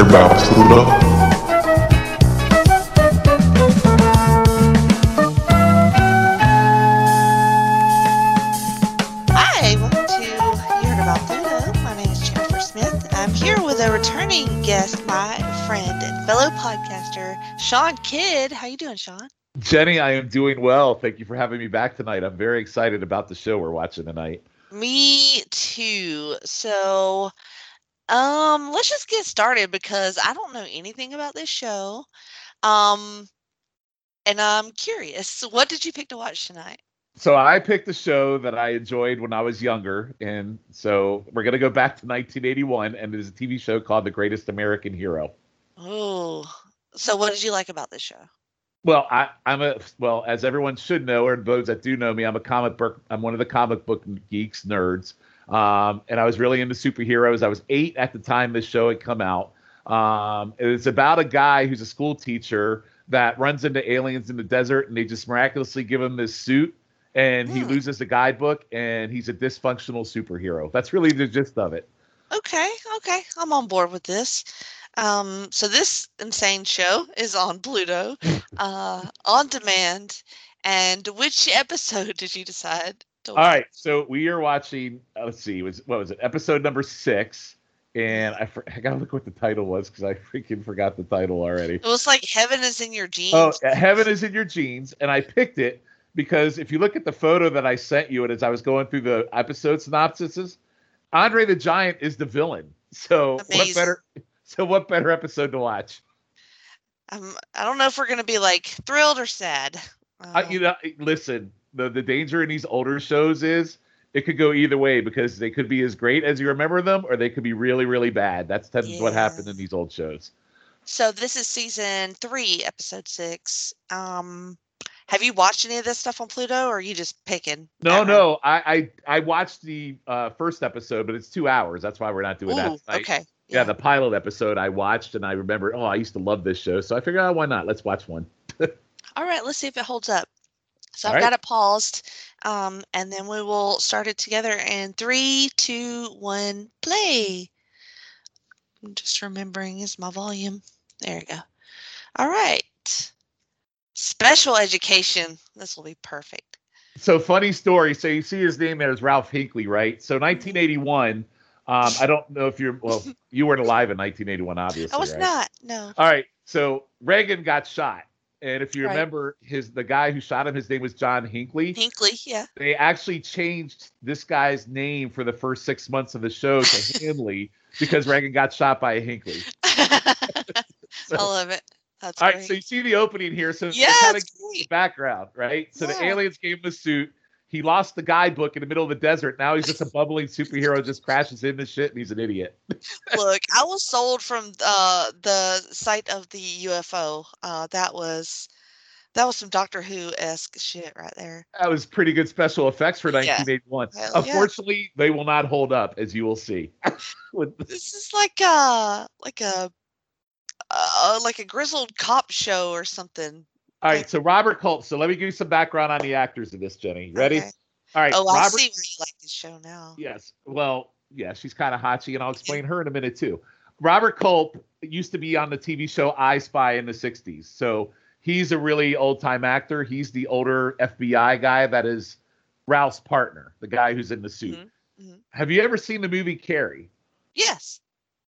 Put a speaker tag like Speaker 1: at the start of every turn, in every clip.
Speaker 1: about, Pluto?
Speaker 2: Hi, welcome to You Heard About Buddha. My name is Jennifer Smith. I'm here with a returning guest, my friend and fellow podcaster, Sean Kidd. How you doing, Sean?
Speaker 3: Jenny, I am doing well. Thank you for having me back tonight. I'm very excited about the show we're watching tonight.
Speaker 2: Me too. So, um, let's just get started because I don't know anything about this show. Um, and I'm curious, what did you pick to watch tonight?
Speaker 3: So I picked a show that I enjoyed when I was younger, and so we're gonna go back to 1981, and it is a TV show called The Greatest American Hero.
Speaker 2: Oh, so what did you like about this show?
Speaker 3: Well, I, I'm a well, as everyone should know, or those that do know me, I'm a comic book. I'm one of the comic book geeks, nerds, um, and I was really into superheroes. I was eight at the time this show had come out. Um, and it's about a guy who's a school teacher that runs into aliens in the desert, and they just miraculously give him this suit, and he
Speaker 2: Hmm.
Speaker 3: loses the guidebook, and he's a dysfunctional superhero. That's really the gist of it.
Speaker 2: Okay, okay, I'm on board with this. Um, so this insane show is on Pluto, uh, on demand. And which episode did you decide to
Speaker 3: All right, so we are watching. uh, Let's see, was what was it? Episode number six, and I, for, I gotta look what the title was because I freaking forgot the title already.
Speaker 2: It was like heaven is in your jeans.
Speaker 3: Oh, heaven is in your jeans, and I picked it because if you look at the photo that I sent you, and as I was going through the episode synopsises, Andre the Giant is the villain. So what
Speaker 2: Amazing.
Speaker 3: better? So what better episode to watch?
Speaker 2: Um, I don't know if we're gonna be like thrilled or sad. um,
Speaker 3: I, you know, listen, the the danger in these older shows is it could go either way because they could be as great as you remember them, or they could be really, really bad. That's tends to what happened
Speaker 2: Yeah.
Speaker 3: in these old shows.
Speaker 2: So this is season three, episode six. Um, have you watched any of this stuff on Pluto, or are you just picking?
Speaker 3: No,
Speaker 2: outright?
Speaker 3: no, I I, I watched the uh, first episode, but it's two hours. That's why we're not doing that.
Speaker 2: Ooh,
Speaker 3: tonight.
Speaker 2: okay.
Speaker 3: yeah, the pilot episode I watched and I remembered, oh, I used to love this show. So I figured, oh, why not? Let's watch one.
Speaker 2: All right, let's see if it holds up. So
Speaker 3: All
Speaker 2: I've
Speaker 3: right.
Speaker 2: got it paused, um, and then we will start it together in three, two, one, play. I'm just remembering is my volume. There we go. All right. Special education. This will be perfect.
Speaker 3: So funny story. So you see his name there is Ralph Hinckley, right? So 1981. Um, I don't know if you're well, you weren't alive in 1981, obviously.
Speaker 2: I was
Speaker 3: right?
Speaker 2: Oh, not. No.
Speaker 3: All right. So Reagan got shot. And if you
Speaker 2: Right.
Speaker 3: remember his the guy who shot him, his name was John Hinckley.
Speaker 2: Hinkley. Yeah.
Speaker 3: They actually changed this guy's name for the first six months of the show to Hinley because Reagan got shot by a Hinckley.
Speaker 2: I
Speaker 3: So-
Speaker 2: love it. That's
Speaker 3: all
Speaker 2: great.
Speaker 3: right, so you see the opening here. So
Speaker 2: yeah,
Speaker 3: kind of
Speaker 2: it's great.
Speaker 3: background, right? So the
Speaker 2: Yeah.
Speaker 3: aliens gave him a suit. He lost the guidebook in the middle of the desert. Now he's just a bumbling superhero, just crashes into shit, and he's an idiot.
Speaker 2: Look, I was sold from uh, the site of the UFO. Uh, that was that was some Doctor Who esque shit right there.
Speaker 3: That was pretty good special effects for
Speaker 2: Yeah.
Speaker 3: 1981.
Speaker 2: Hell yeah.
Speaker 3: Unfortunately, they will not hold up, as you will see. With-
Speaker 2: This is like a like a uh, like a grizzled cop show or something.
Speaker 3: All right, so Robert Culp. So let me give you some background on the actors of this, Jenny. Ready?
Speaker 2: Okay.
Speaker 3: All right.
Speaker 2: Oh, I
Speaker 3: Robert,
Speaker 2: see why you like this show now.
Speaker 3: Yes. Well, yeah, she's kind of hotchy, and I'll explain her in a minute too. Robert Culp used to be on the TV show I Spy in the '60s, so he's a really old-time actor. He's the older FBI guy that is Ralph's partner, the guy who's in the suit.
Speaker 2: Mhm, mhm.
Speaker 3: Have you ever seen the movie Carrie?
Speaker 2: Yes,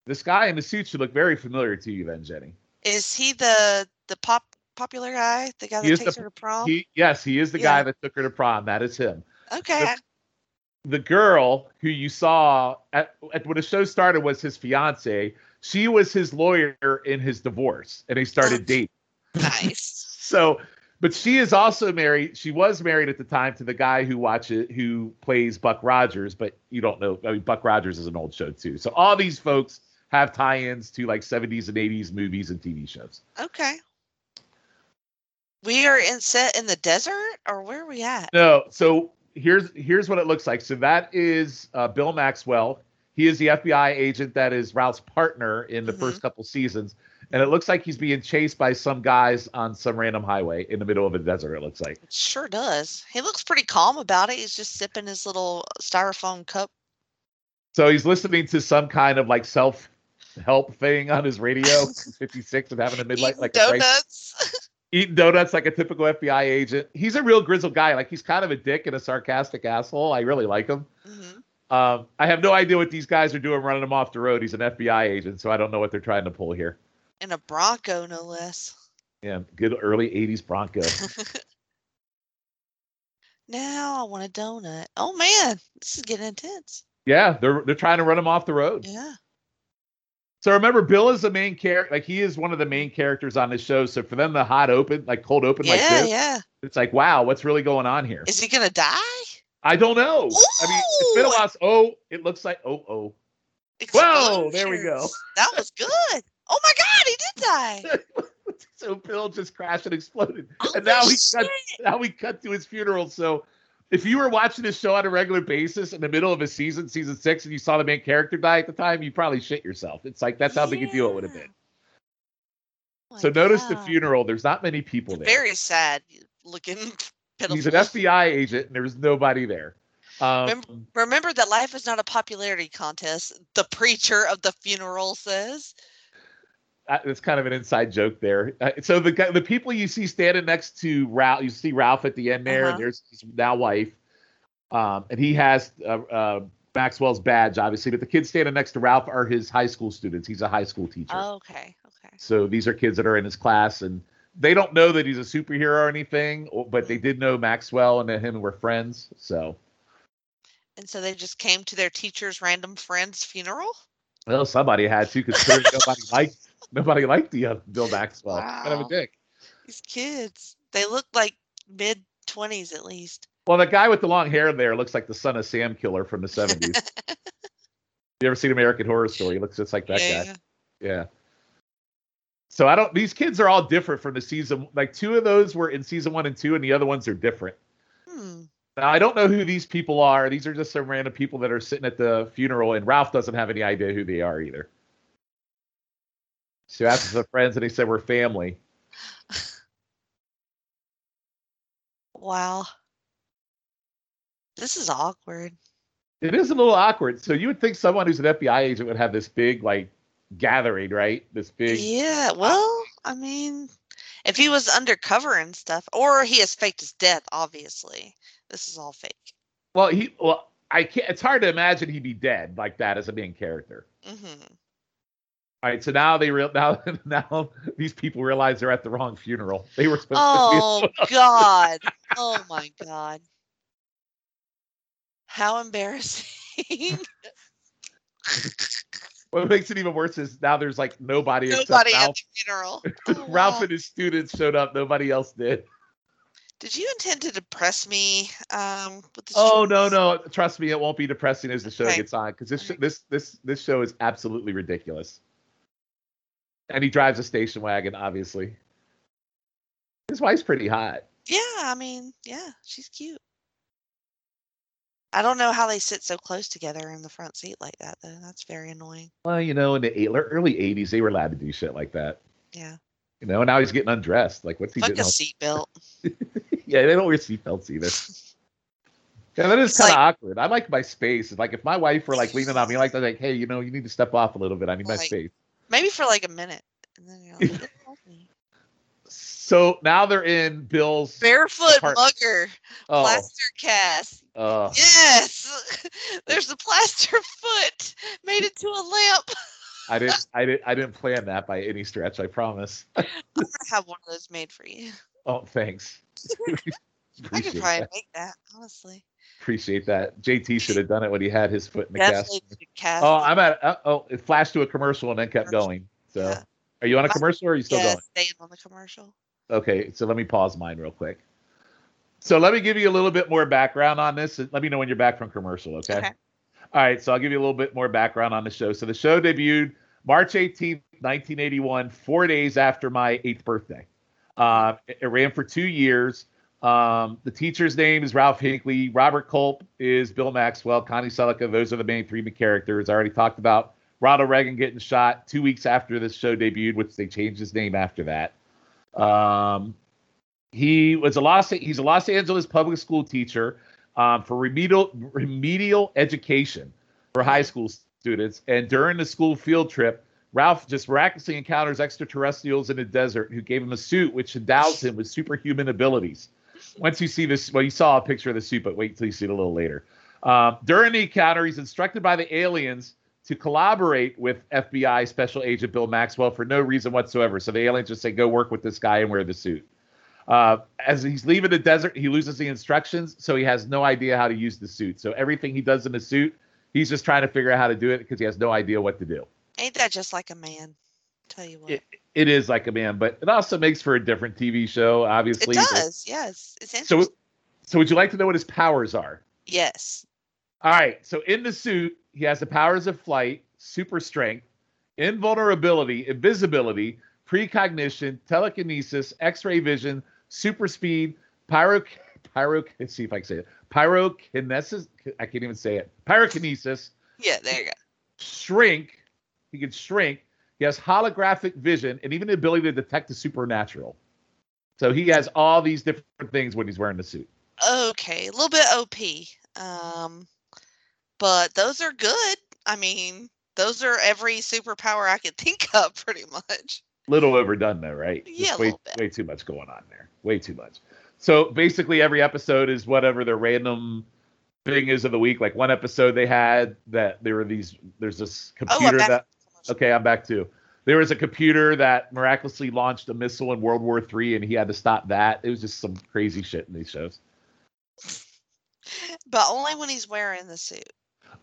Speaker 3: This guy in the suit should look very familiar to you, then, Jenny.
Speaker 2: is he the the pop popular guy, the guy
Speaker 3: He
Speaker 2: that
Speaker 3: is the
Speaker 2: takes her to prom?
Speaker 3: He, yes, he is the
Speaker 2: Yeah.
Speaker 3: guy that took her to prom. That is him.
Speaker 2: okay, I-
Speaker 3: the girl who you saw at, at when the show started was his fiance. She was his lawyer in his divorce, and they started dating.
Speaker 2: nice.
Speaker 3: So, but she is also married. She was married at the time to the guy who watches who plays Buck Rogers, but you don't know. I mean, Buck Rogers is an old show too. So all these folks have tie-ins to like 70s and 80s movies and TV shows.
Speaker 2: Okay. We are in set in the desert, or where are we at?
Speaker 3: No, so here's here's what it looks like. So that is uh, Bill Maxwell. He is the FBI agent that is Ralph's partner in the
Speaker 2: Mhm.
Speaker 3: first couple seasons, and it looks like he's being chased by some guys on some random highway in the middle of a desert. It looks like.
Speaker 2: It sure does. He looks pretty calm about it. He's just sipping his little styrofoam cup.
Speaker 3: So he's listening to some kind of like self help thing on his radio. He's 56 and having a midlife
Speaker 2: Eating
Speaker 3: like a crazy-
Speaker 2: donuts.
Speaker 3: eating donuts like a typical FBI agent. He's a real grizzled guy. Like he's kind of a dick and a sarcastic asshole. I really like him.
Speaker 2: Mhm.
Speaker 3: Um, I have no idea what these guys are doing running him off the road. He's an FBI agent, so I don't know what they're trying to pull here.
Speaker 2: And a Bronco, no less.
Speaker 3: Yeah, good early 80s Bronco.
Speaker 2: Now I want a donut. Oh man, this is getting intense.
Speaker 3: yeah, they're they're trying to run him off the road.
Speaker 2: Yeah.
Speaker 3: So remember, Bill is the main character. Like he is one of the main characters on this show. So for them, the hot open, like cold open, like
Speaker 2: yeah,
Speaker 3: this,
Speaker 2: yeah.
Speaker 3: it's like, wow, what's really going on here?
Speaker 2: Is he gonna die?
Speaker 3: I don't know. I mean, it's been a
Speaker 2: Ooh!
Speaker 3: while. Oh, it looks like oh oh. Whoa, there we
Speaker 2: Explosions.
Speaker 3: go.
Speaker 2: That was good. Oh my god, he did die.
Speaker 3: so Bill just crashed and exploded.
Speaker 2: Oh,
Speaker 3: and now
Speaker 2: my
Speaker 3: we cut now we cut to his funeral. So if you were watching this show on a regular basis in the middle of a season, season six, and you saw the main character die at the time, you probably shit yourself. It's like that's how big a deal it would have
Speaker 2: Yeah.
Speaker 3: been.
Speaker 2: Oh my
Speaker 3: so notice the
Speaker 2: God.
Speaker 3: funeral. There's not many people there.
Speaker 2: Very sad looking. Pitiful.
Speaker 3: He's an FBI agent, and there's nobody there. Um,
Speaker 2: Remember- Remember that life is not a popularity contest. The preacher of the funeral says.
Speaker 3: I- it's kind of an inside joke there. Uh, so the guy, the people you see standing next to Ralph, you see Ralph at the end there,
Speaker 2: Uh-huh.
Speaker 3: and there's his now wife, um, and he has uh, uh, Maxwell's badge, obviously. But the kids standing next to Ralph are his high school students. He's a high school teacher,
Speaker 2: okay, okay.
Speaker 3: so these are kids that are in his class, and they don't know that he's a superhero or anything, or- but they did know Maxwell and that him were friends. So,
Speaker 2: And so they just came to their teacher's random friend's funeral.
Speaker 3: well, somebody had to because nobody liked nobody liked the uh, Bill Maxwell. Kind of
Speaker 2: Wow.
Speaker 3: a dick.
Speaker 2: These kids, they look like mid twenties at least.
Speaker 3: Well, the guy with the long hair there looks like the son of Sam Killer from the 70s. you ever seen American Horror Story? He looks just like that guy. Yeah. So I don't these kids are all different from the season like two of those were in season 1 and 2 and the other ones are different.
Speaker 2: Hmm.
Speaker 3: Now I don't know who these people are. These are just some random people that are sitting at the funeral and Ralph doesn't have any idea who they are either. So asked the friends and he said we're family.
Speaker 2: Wow. This is awkward.
Speaker 3: It is a little awkward. So you would think someone who's an FBI agent would have this big like gathering, right? This big
Speaker 2: Yeah. Well, I mean, if he was undercover and stuff, or he has faked his death, obviously. This is all fake.
Speaker 3: Well, he well, I can't. It's hard to imagine he'd be dead like that as a main character.
Speaker 2: hmm
Speaker 3: All right, so now they real now now these people realize they're at the wrong funeral. They were supposed
Speaker 2: Oh God. Oh my God. How embarrassing.
Speaker 3: to. What makes it even worse is now there's like nobody,
Speaker 2: Nobody at
Speaker 3: except
Speaker 2: the funeral.
Speaker 3: Ralph.
Speaker 2: Oh,
Speaker 3: Ralph
Speaker 2: wow.
Speaker 3: and his students showed up. Nobody else did.
Speaker 2: Did you intend to depress me? Um, with this
Speaker 3: Oh no
Speaker 2: choice?
Speaker 3: no! Trust me, it won't be depressing as the show
Speaker 2: Okay.
Speaker 3: gets on because this sh-
Speaker 2: Alright.
Speaker 3: this this this show is absolutely ridiculous. And he drives a station wagon, obviously. His wife's pretty hot.
Speaker 2: Yeah, I mean, yeah, she's cute. I don't know how they sit so close together in the front seat like that, though. That's very annoying.
Speaker 3: Well, you know, in the eight- early '80s, they were allowed to do shit like that.
Speaker 2: Yeah.
Speaker 3: You know, and now he's getting undressed. Like, what's he
Speaker 2: Fuck
Speaker 3: doing?
Speaker 2: a seatbelt.
Speaker 3: yeah, they don't wear seatbelts either. Yeah, that is
Speaker 2: It's
Speaker 3: kind
Speaker 2: like-
Speaker 3: of awkward. I like my space. It's Like, if my wife were like leaning on me like that, like, hey, you know, you need to step off a little bit. I need my
Speaker 2: Like-
Speaker 3: space.
Speaker 2: Maybe for like a minute. And then you're like, "Get off me."
Speaker 3: So now they're in Bill's.
Speaker 2: Barefoot
Speaker 3: Apart-
Speaker 2: mugger,
Speaker 3: oh,
Speaker 2: plaster cast.
Speaker 3: uh,
Speaker 2: Yes, there's the plaster foot made into a lamp.
Speaker 3: I didn't, I didn't, I didn't plan that by any stretch. I promise.
Speaker 2: I have one of those made for you.
Speaker 3: Oh, thanks.
Speaker 2: I could
Speaker 3: Appreciate
Speaker 2: probably
Speaker 3: that.
Speaker 2: make that, honestly.
Speaker 3: Appreciate that. JT should have done it when he had his foot in the cast.
Speaker 2: Definitely did cast.
Speaker 3: Oh,
Speaker 2: it.
Speaker 3: I'm at. Uh, oh, it flashed to a commercial and then kept
Speaker 2: Commercial.
Speaker 3: going. So,
Speaker 2: Yeah.
Speaker 3: are you on a
Speaker 2: My-
Speaker 3: commercial or are you still
Speaker 2: yes, staying on the commercial.
Speaker 3: going? Okay, so let me pause mine real quick. So let me give you a little bit more background on this. Let me know when you're back from commercial, okay?
Speaker 2: Okay.
Speaker 3: All right, so I'll give you a little bit more background on the show. So the show debuted March 18th, 1981, four days after my eighth birthday. Um, it, it ran for two years. Um, the teacher's name is Ralph Hinckley. Robert Culp is Bill Maxwell. Connie Selica, those are the main three characters. I already talked about Ronald Reagan getting shot two weeks after this show debuted, which they changed his name after that. Um, he was a Los he's a Los Angeles public school teacher um, for remedial remedial education for high school students. And during the school field trip, Ralph just miraculously encounters extraterrestrials in the desert who gave him a suit which endows him with superhuman abilities. Once you see this, well, you saw a picture of the suit, but wait till you see it a little later. Um, during the encounter, he's instructed by the aliens to collaborate with FBI Special Agent Bill Maxwell for no reason whatsoever. So the aliens just say, go work with this guy and wear the suit. Uh, as he's leaving the desert, he loses the instructions, so he has no idea how to use the suit. So everything he does in the suit, he's just trying to figure out how to do it because he has no idea what to do.
Speaker 2: Ain't that just like a man? Tell you what.
Speaker 3: It, it is like a man, but it also makes for a different TV show,
Speaker 2: it
Speaker 3: obviously. but-
Speaker 2: does. Yes. It's interesting.
Speaker 3: So, so would you like to know what his powers are?
Speaker 2: yes.
Speaker 3: All right. So in the suit, he has the powers of flight, super strength, invulnerability, invisibility, precognition, telekinesis, X-ray vision, super speed, pyro pyro. Let's see if I can say it. Pyrokinesis. I can't even say it. Pyrokinesis,
Speaker 2: Yeah. There you go.
Speaker 3: shrink. He can shrink. He has holographic vision and even the ability to detect the supernatural. So he has all these different things when he's wearing the suit.
Speaker 2: okay a little bit op um but those are good i mean those are every superpower i could think of pretty much
Speaker 3: little overdone though, right?
Speaker 2: Yeah,
Speaker 3: Just
Speaker 2: a
Speaker 3: way,
Speaker 2: little bit.
Speaker 3: way too much going on there. Way too much. So basically every episode is whatever their random thing is of the week. Like one episode they had that there were these there's this
Speaker 2: Oh,
Speaker 3: computer
Speaker 2: back-
Speaker 3: that okay, I'm back too. There was a computer that miraculously launched a missile in World War III and he had to stop that. It was just some crazy shit in these shows.
Speaker 2: but only when he's wearing the suit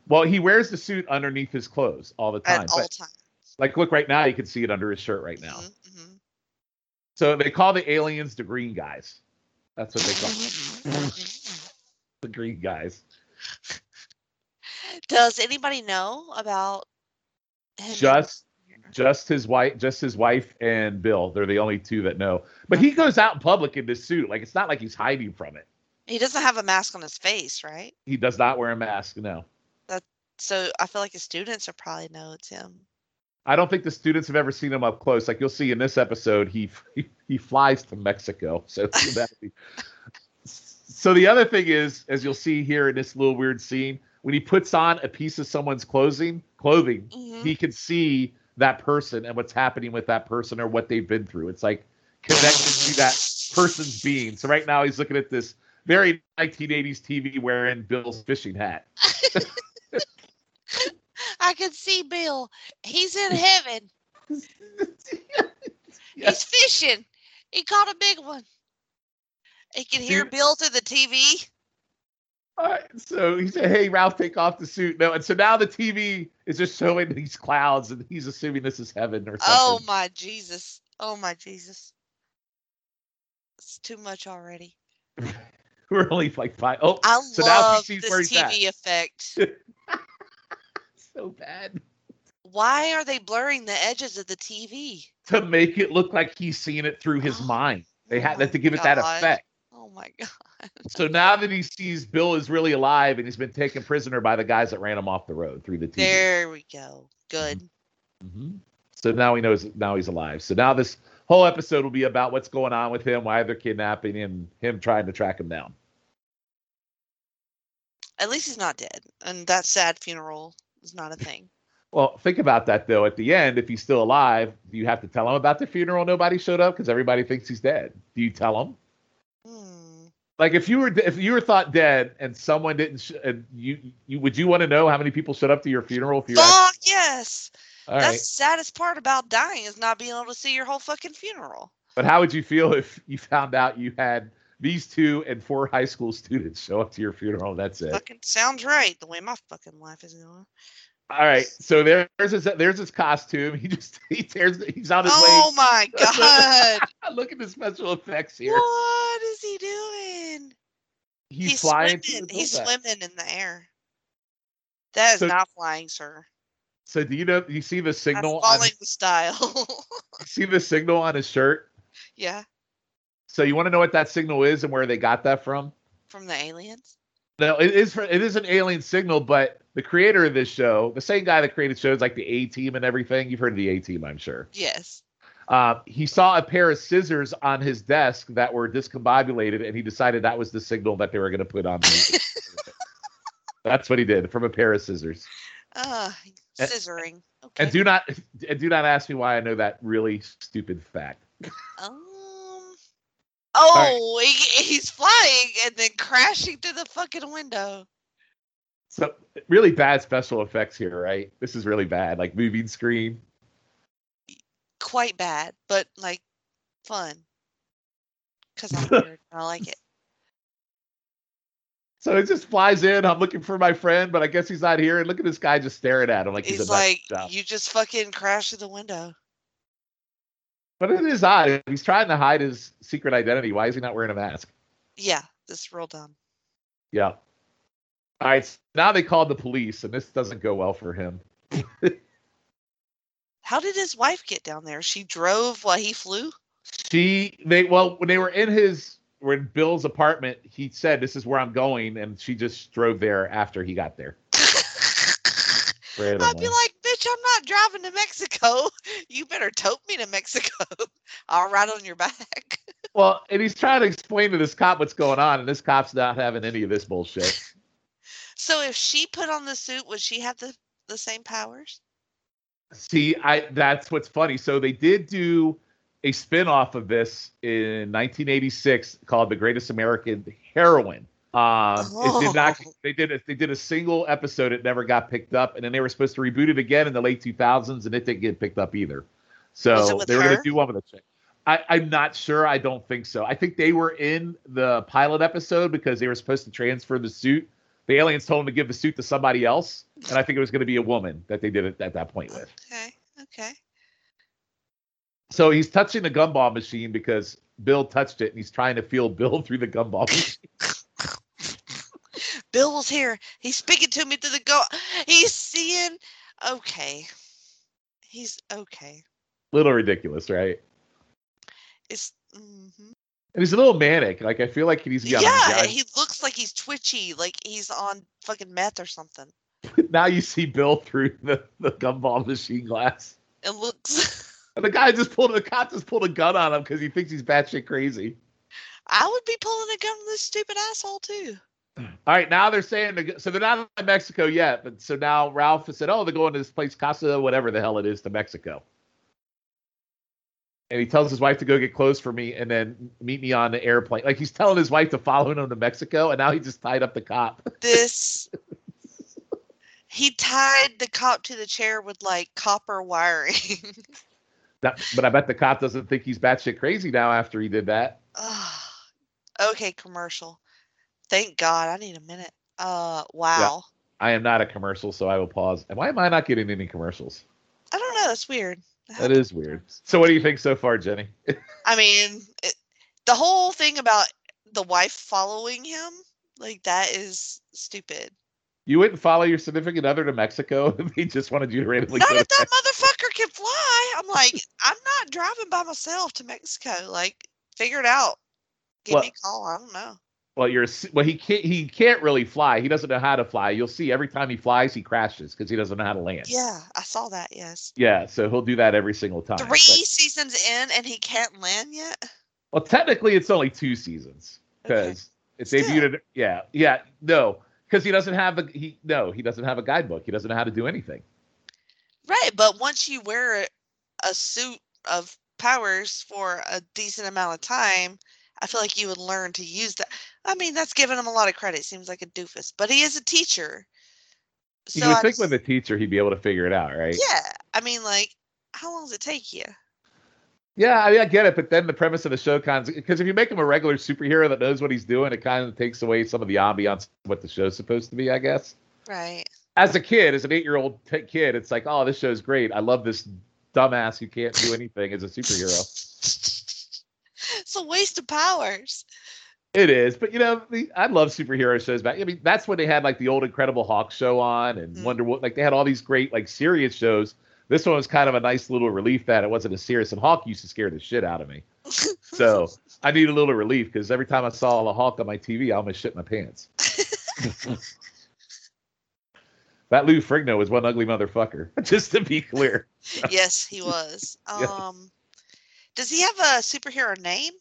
Speaker 3: Well, he wears the suit underneath his clothes all the time.
Speaker 2: at all
Speaker 3: but,
Speaker 2: times
Speaker 3: like look right now, you can see it under his shirt right now.
Speaker 2: Mhm, mhm.
Speaker 3: So they call the aliens the green guys. That's what they call them.
Speaker 2: Mm-hmm.
Speaker 3: the green guys.
Speaker 2: does anybody know about him and-
Speaker 3: Just just his wife, just his wife and Bill. They're the only two that know. But he goes out in public in this suit. Like it's not like he's hiding from it.
Speaker 2: he doesn't have a mask on his face right
Speaker 3: He does not wear a mask. No.
Speaker 2: so i feel like his students would probably know it's him
Speaker 3: I don't think the students have ever seen him up close. Like you'll see in this episode, he he, flies to Mexico. So that so the other thing is, as you'll see here in this little weird scene, when he puts on a piece of someone's clothing, clothing,
Speaker 2: Mhm.
Speaker 3: he can see that person and what's happening with that person or what they've been through. It's like connected to that person's being. So right now he's looking at this very 1980s TV wearing Bill's fishing hat.
Speaker 2: i can see bill he's in heaven
Speaker 3: Yes.
Speaker 2: He's fishing. He caught a big one. He can hear
Speaker 3: Dude.
Speaker 2: Bill through the TV.
Speaker 3: All right, so he said, "Hey, Ralph, take off the suit." No, and so now the TV is just showing these clouds, and he's assuming this is heaven or something.
Speaker 2: Oh my Jesus. Oh my Jesus. It's too much already.
Speaker 3: we're only like five. Oh,
Speaker 2: I
Speaker 3: So now she
Speaker 2: love
Speaker 3: sees
Speaker 2: this
Speaker 3: where he's
Speaker 2: TV
Speaker 3: at.
Speaker 2: effect.
Speaker 3: so bad
Speaker 2: Why are they blurring the edges of the TV?
Speaker 3: to make it look like he's seeing it through his
Speaker 2: Oh,
Speaker 3: mind. They
Speaker 2: oh
Speaker 3: had
Speaker 2: my
Speaker 3: to give it that
Speaker 2: God.
Speaker 3: effect.
Speaker 2: Oh my God.
Speaker 3: So now that he sees Bill is really alive and he's been taken prisoner by the guys that ran him off the road through the TV.
Speaker 2: There we go. Good.
Speaker 3: Mhm. So now he knows now he's alive. So now this whole episode will be about what's going on with him, why they're kidnapping him, him trying to track him down.
Speaker 2: At least he's not dead. And that sad funeral is not a thing.
Speaker 3: Well, think about that though. At the end, if he's still alive, do you have to tell him about the funeral? Nobody showed up because everybody thinks he's dead. Do you tell him?
Speaker 2: Hmm.
Speaker 3: Like if you were if you were thought dead and someone didn't, sh- and you you would you want to know how many people showed up to your funeral? If you were act-
Speaker 2: Fuck yes.
Speaker 3: all
Speaker 2: That's
Speaker 3: right,
Speaker 2: the saddest part about dying is not being able to see your whole fucking funeral.
Speaker 3: but how would you feel if you found out you had these two and four high school students show up to your funeral? That's it.
Speaker 2: Fucking sounds right. The way my fucking life is going.
Speaker 3: All right, so there- there's his there's his costume. He just he tears he's on his
Speaker 2: Oh my
Speaker 3: That's
Speaker 2: god!
Speaker 3: way. Look at the special effects here.
Speaker 2: what is he doing?
Speaker 3: He's, flying. through
Speaker 2: swimming.
Speaker 3: the
Speaker 2: He's
Speaker 3: bullseye.
Speaker 2: swimming in the air. That is
Speaker 3: So-
Speaker 2: not flying, sir.
Speaker 3: So do you know you see the
Speaker 2: That's
Speaker 3: signal on
Speaker 2: falling with style.
Speaker 3: you see the signal on his shirt?
Speaker 2: yeah,
Speaker 3: So you want to know what that signal is and where they got that from?
Speaker 2: from the aliens.
Speaker 3: No, it is for, it is an alien signal, but the creator of this show, the same guy that created shows like the A Team and everything, you've heard of the A Team, I'm sure.
Speaker 2: Yes.
Speaker 3: Uh, he saw a pair of scissors on his desk that were discombobulated, and he decided that was the signal that they were going to put on. The That's what he did from a pair of scissors.
Speaker 2: Uh,
Speaker 3: Eh.
Speaker 2: scissoring. Okay.
Speaker 3: And do not and do not ask me why I know that really stupid fact.
Speaker 2: Um, oh, he, he's flying and then crashing through the fucking window.
Speaker 3: So really bad special effects here, right? This is really bad. Like moving screen.
Speaker 2: Quite bad, but like fun. Because I'm weird. and I like it.
Speaker 3: So it just flies in. I'm looking for my friend, but I guess he's not here. And look at this guy just staring at him like he's,
Speaker 2: He's
Speaker 3: a nut
Speaker 2: like,
Speaker 3: job.
Speaker 2: you just fucking crashed through the window.
Speaker 3: But it is odd. If He's trying to hide his secret identity. Why is he not wearing a mask?
Speaker 2: Yeah, this is real dumb.
Speaker 3: Yeah. All right. So now they called the police, and this doesn't go well for him.
Speaker 2: How did his wife get down there? She drove while he flew?
Speaker 3: She they well when they were in his were in Bill's apartment, he said, "This is where I'm going," and she just drove there after he got there.
Speaker 2: I'd
Speaker 3: Right
Speaker 2: be
Speaker 3: away.
Speaker 2: like, bitch, I'm not driving to Mexico. You better tote me to Mexico. I'll ride on your back.
Speaker 3: well, and he's trying to explain to this cop what's going on, and this cop's not having any of this bullshit.
Speaker 2: So if she put on the suit, would she have the, the same powers?
Speaker 3: See, I that's what's funny. So they did do a spin-off of this in 1986 called The Greatest American Heroine. Um, it did not
Speaker 2: Oh.
Speaker 3: they did a, they did a single episode it never got picked up and then they were supposed to reboot it again in the late 2000s and it didn't get picked up either.
Speaker 2: Was it
Speaker 3: So
Speaker 2: with
Speaker 3: they were going
Speaker 2: her?
Speaker 3: to do one with a chick. I, I'm not sure. I don't think so. I think they were in the pilot episode because they were supposed to transfer the suit. The aliens told them to give the suit to somebody else, and I think it was going to be a woman that they did it at that point with.
Speaker 2: Okay. Okay.
Speaker 3: So he's touching the gumball machine because Bill touched it and he's trying to feel Bill through the gumball machine.
Speaker 2: Bill was here. He's speaking to me through the go. He's seeing. Okay. He's okay.
Speaker 3: little ridiculous, right?
Speaker 2: It's. mhm.
Speaker 3: And he's a little manic. Like I feel like he needs to be on
Speaker 2: Yeah,
Speaker 3: the
Speaker 2: he looks like he's twitchy, like he's on fucking meth or something.
Speaker 3: Now you see Bill through the, the gumball machine glass.
Speaker 2: It looks.
Speaker 3: And the guy just pulled the cop just pulled a gun on him because he thinks he's batshit crazy.
Speaker 2: I would be pulling a gun on this stupid asshole too.
Speaker 3: All right, now they're saying they're, so they're not in Mexico yet, but so now Ralph has said, "Oh, they're going to this place Casa, whatever the hell it is, to Mexico." And he tells his wife to go get clothes for me, and then meet me on the airplane. Like he's telling his wife to follow him to Mexico, and now he just tied up the cop.
Speaker 2: This. He tied the cop to the chair with like copper wiring.
Speaker 3: That- but I bet the cop doesn't think he's batshit crazy now after he did that.
Speaker 2: Ugh. okay, commercial. Thank God. I need a minute. Uh, wow.
Speaker 3: I am not a commercial, so I will pause. And why am I not getting any commercials?
Speaker 2: I don't know. That's weird.
Speaker 3: That is weird. So, what do you think so far, Jenny?
Speaker 2: I mean, it, the whole thing about the wife following him, like that is stupid.
Speaker 3: You wouldn't follow your significant other to Mexico if he just wanted you to randomly
Speaker 2: Not
Speaker 3: go to
Speaker 2: if that motherfucker can fly. I'm like, I'm not driving by myself to Mexico. Like, figure it out. Give me
Speaker 3: Well-
Speaker 2: a call. I don't know.
Speaker 3: Well, you're s- well. He can't. He can't really fly. He doesn't know how to fly. You'll see every time he flies, he crashes because he doesn't know how to land.
Speaker 2: Yeah, I saw that. Yes.
Speaker 3: Yeah. So he'll do that every single time.
Speaker 2: Three
Speaker 3: But-
Speaker 2: seasons in, and he can't land yet.
Speaker 3: well, technically, it's only two seasons
Speaker 2: Okay.
Speaker 3: because it's
Speaker 2: Still.
Speaker 3: debuted. in- Yeah. Yeah. No, because he doesn't have a he. No, he doesn't have a guidebook. He doesn't know how to do anything.
Speaker 2: Right, but once you wear a, a suit of powers for a decent amount of time, I feel like you would learn to use that. I mean, that's giving him a lot of credit. Seems like a doofus, but he is a teacher.
Speaker 3: You
Speaker 2: So
Speaker 3: would
Speaker 2: I
Speaker 3: think
Speaker 2: just-
Speaker 3: with a teacher, he'd be able to figure it out, right?
Speaker 2: yeah, I mean, like, how long does it take you?
Speaker 3: Yeah, I mean, I get it, but then the premise of the show kind of because if you make him a regular superhero that knows what he's doing, it kind of takes away some of the ambiance of what the show's supposed to be, I guess.
Speaker 2: Right.
Speaker 3: As a kid, as an eight-year-old t- kid, it's like, oh, this show's great. I love this dumbass who can't do anything as a superhero.
Speaker 2: It's a waste of powers.
Speaker 3: it is, but you know, the, I love superhero shows. Back, I mean, that's when they had like the old Incredible Hawk show on and
Speaker 2: Mhm.
Speaker 3: Wonder Woman. Like they had all these great like serious shows. This one was kind of a nice little relief that it wasn't as serious. And Hawk used to scare the shit out of me. So I need a little relief because every time I saw La Hulk on my TV, I almost shit my pants. that Lou Frigno was one ugly motherfucker, just to be clear.
Speaker 2: yes, he was.
Speaker 3: Yes.
Speaker 2: Um, does he have a superhero name?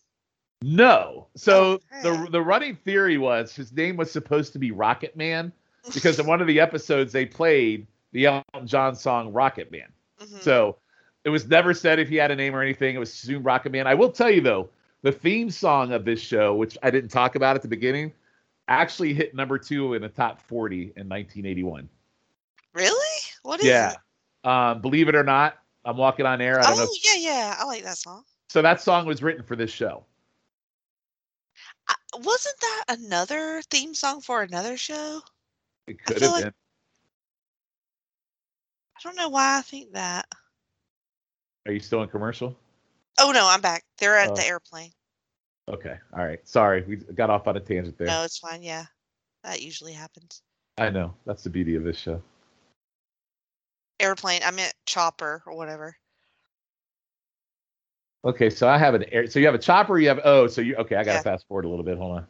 Speaker 3: No. So the
Speaker 2: Okay.
Speaker 3: the running theory was his name was supposed to be Rocket Man because in one of the episodes they played the Elton John song Rocket Man.
Speaker 2: Mhm.
Speaker 3: So it was never said if he had a name or anything. It was Zoom Rocket Man. I will tell you though, the theme song of this show, which I didn't talk about at the beginning, actually hit number two in the top 40 in 1981.
Speaker 2: really? What is
Speaker 3: Yeah.
Speaker 2: it?
Speaker 3: Um, believe it or not, I'm walking on air. I don't know.
Speaker 2: Oh,
Speaker 3: if-
Speaker 2: yeah, yeah. I like that song.
Speaker 3: So that song was written for this show.
Speaker 2: I, wasn't that another theme song for another show?
Speaker 3: It
Speaker 2: I
Speaker 3: could
Speaker 2: feel
Speaker 3: have
Speaker 2: like-
Speaker 3: been.
Speaker 2: I don't know why I think that.
Speaker 3: Are you still in commercial?
Speaker 2: Oh no, I'm back. They're at
Speaker 3: Oh.
Speaker 2: the airplane.
Speaker 3: Okay. All right. Sorry. We got off on a tangent there.
Speaker 2: No, it's fine. Yeah, that usually happens.
Speaker 3: I know. That's the beauty of this show.
Speaker 2: Airplane. I meant chopper or whatever.
Speaker 3: Okay, so I have an air. So you have a chopper. You have oh, so you okay? I gotta
Speaker 2: Yeah.
Speaker 3: fast forward a little bit. Hold on.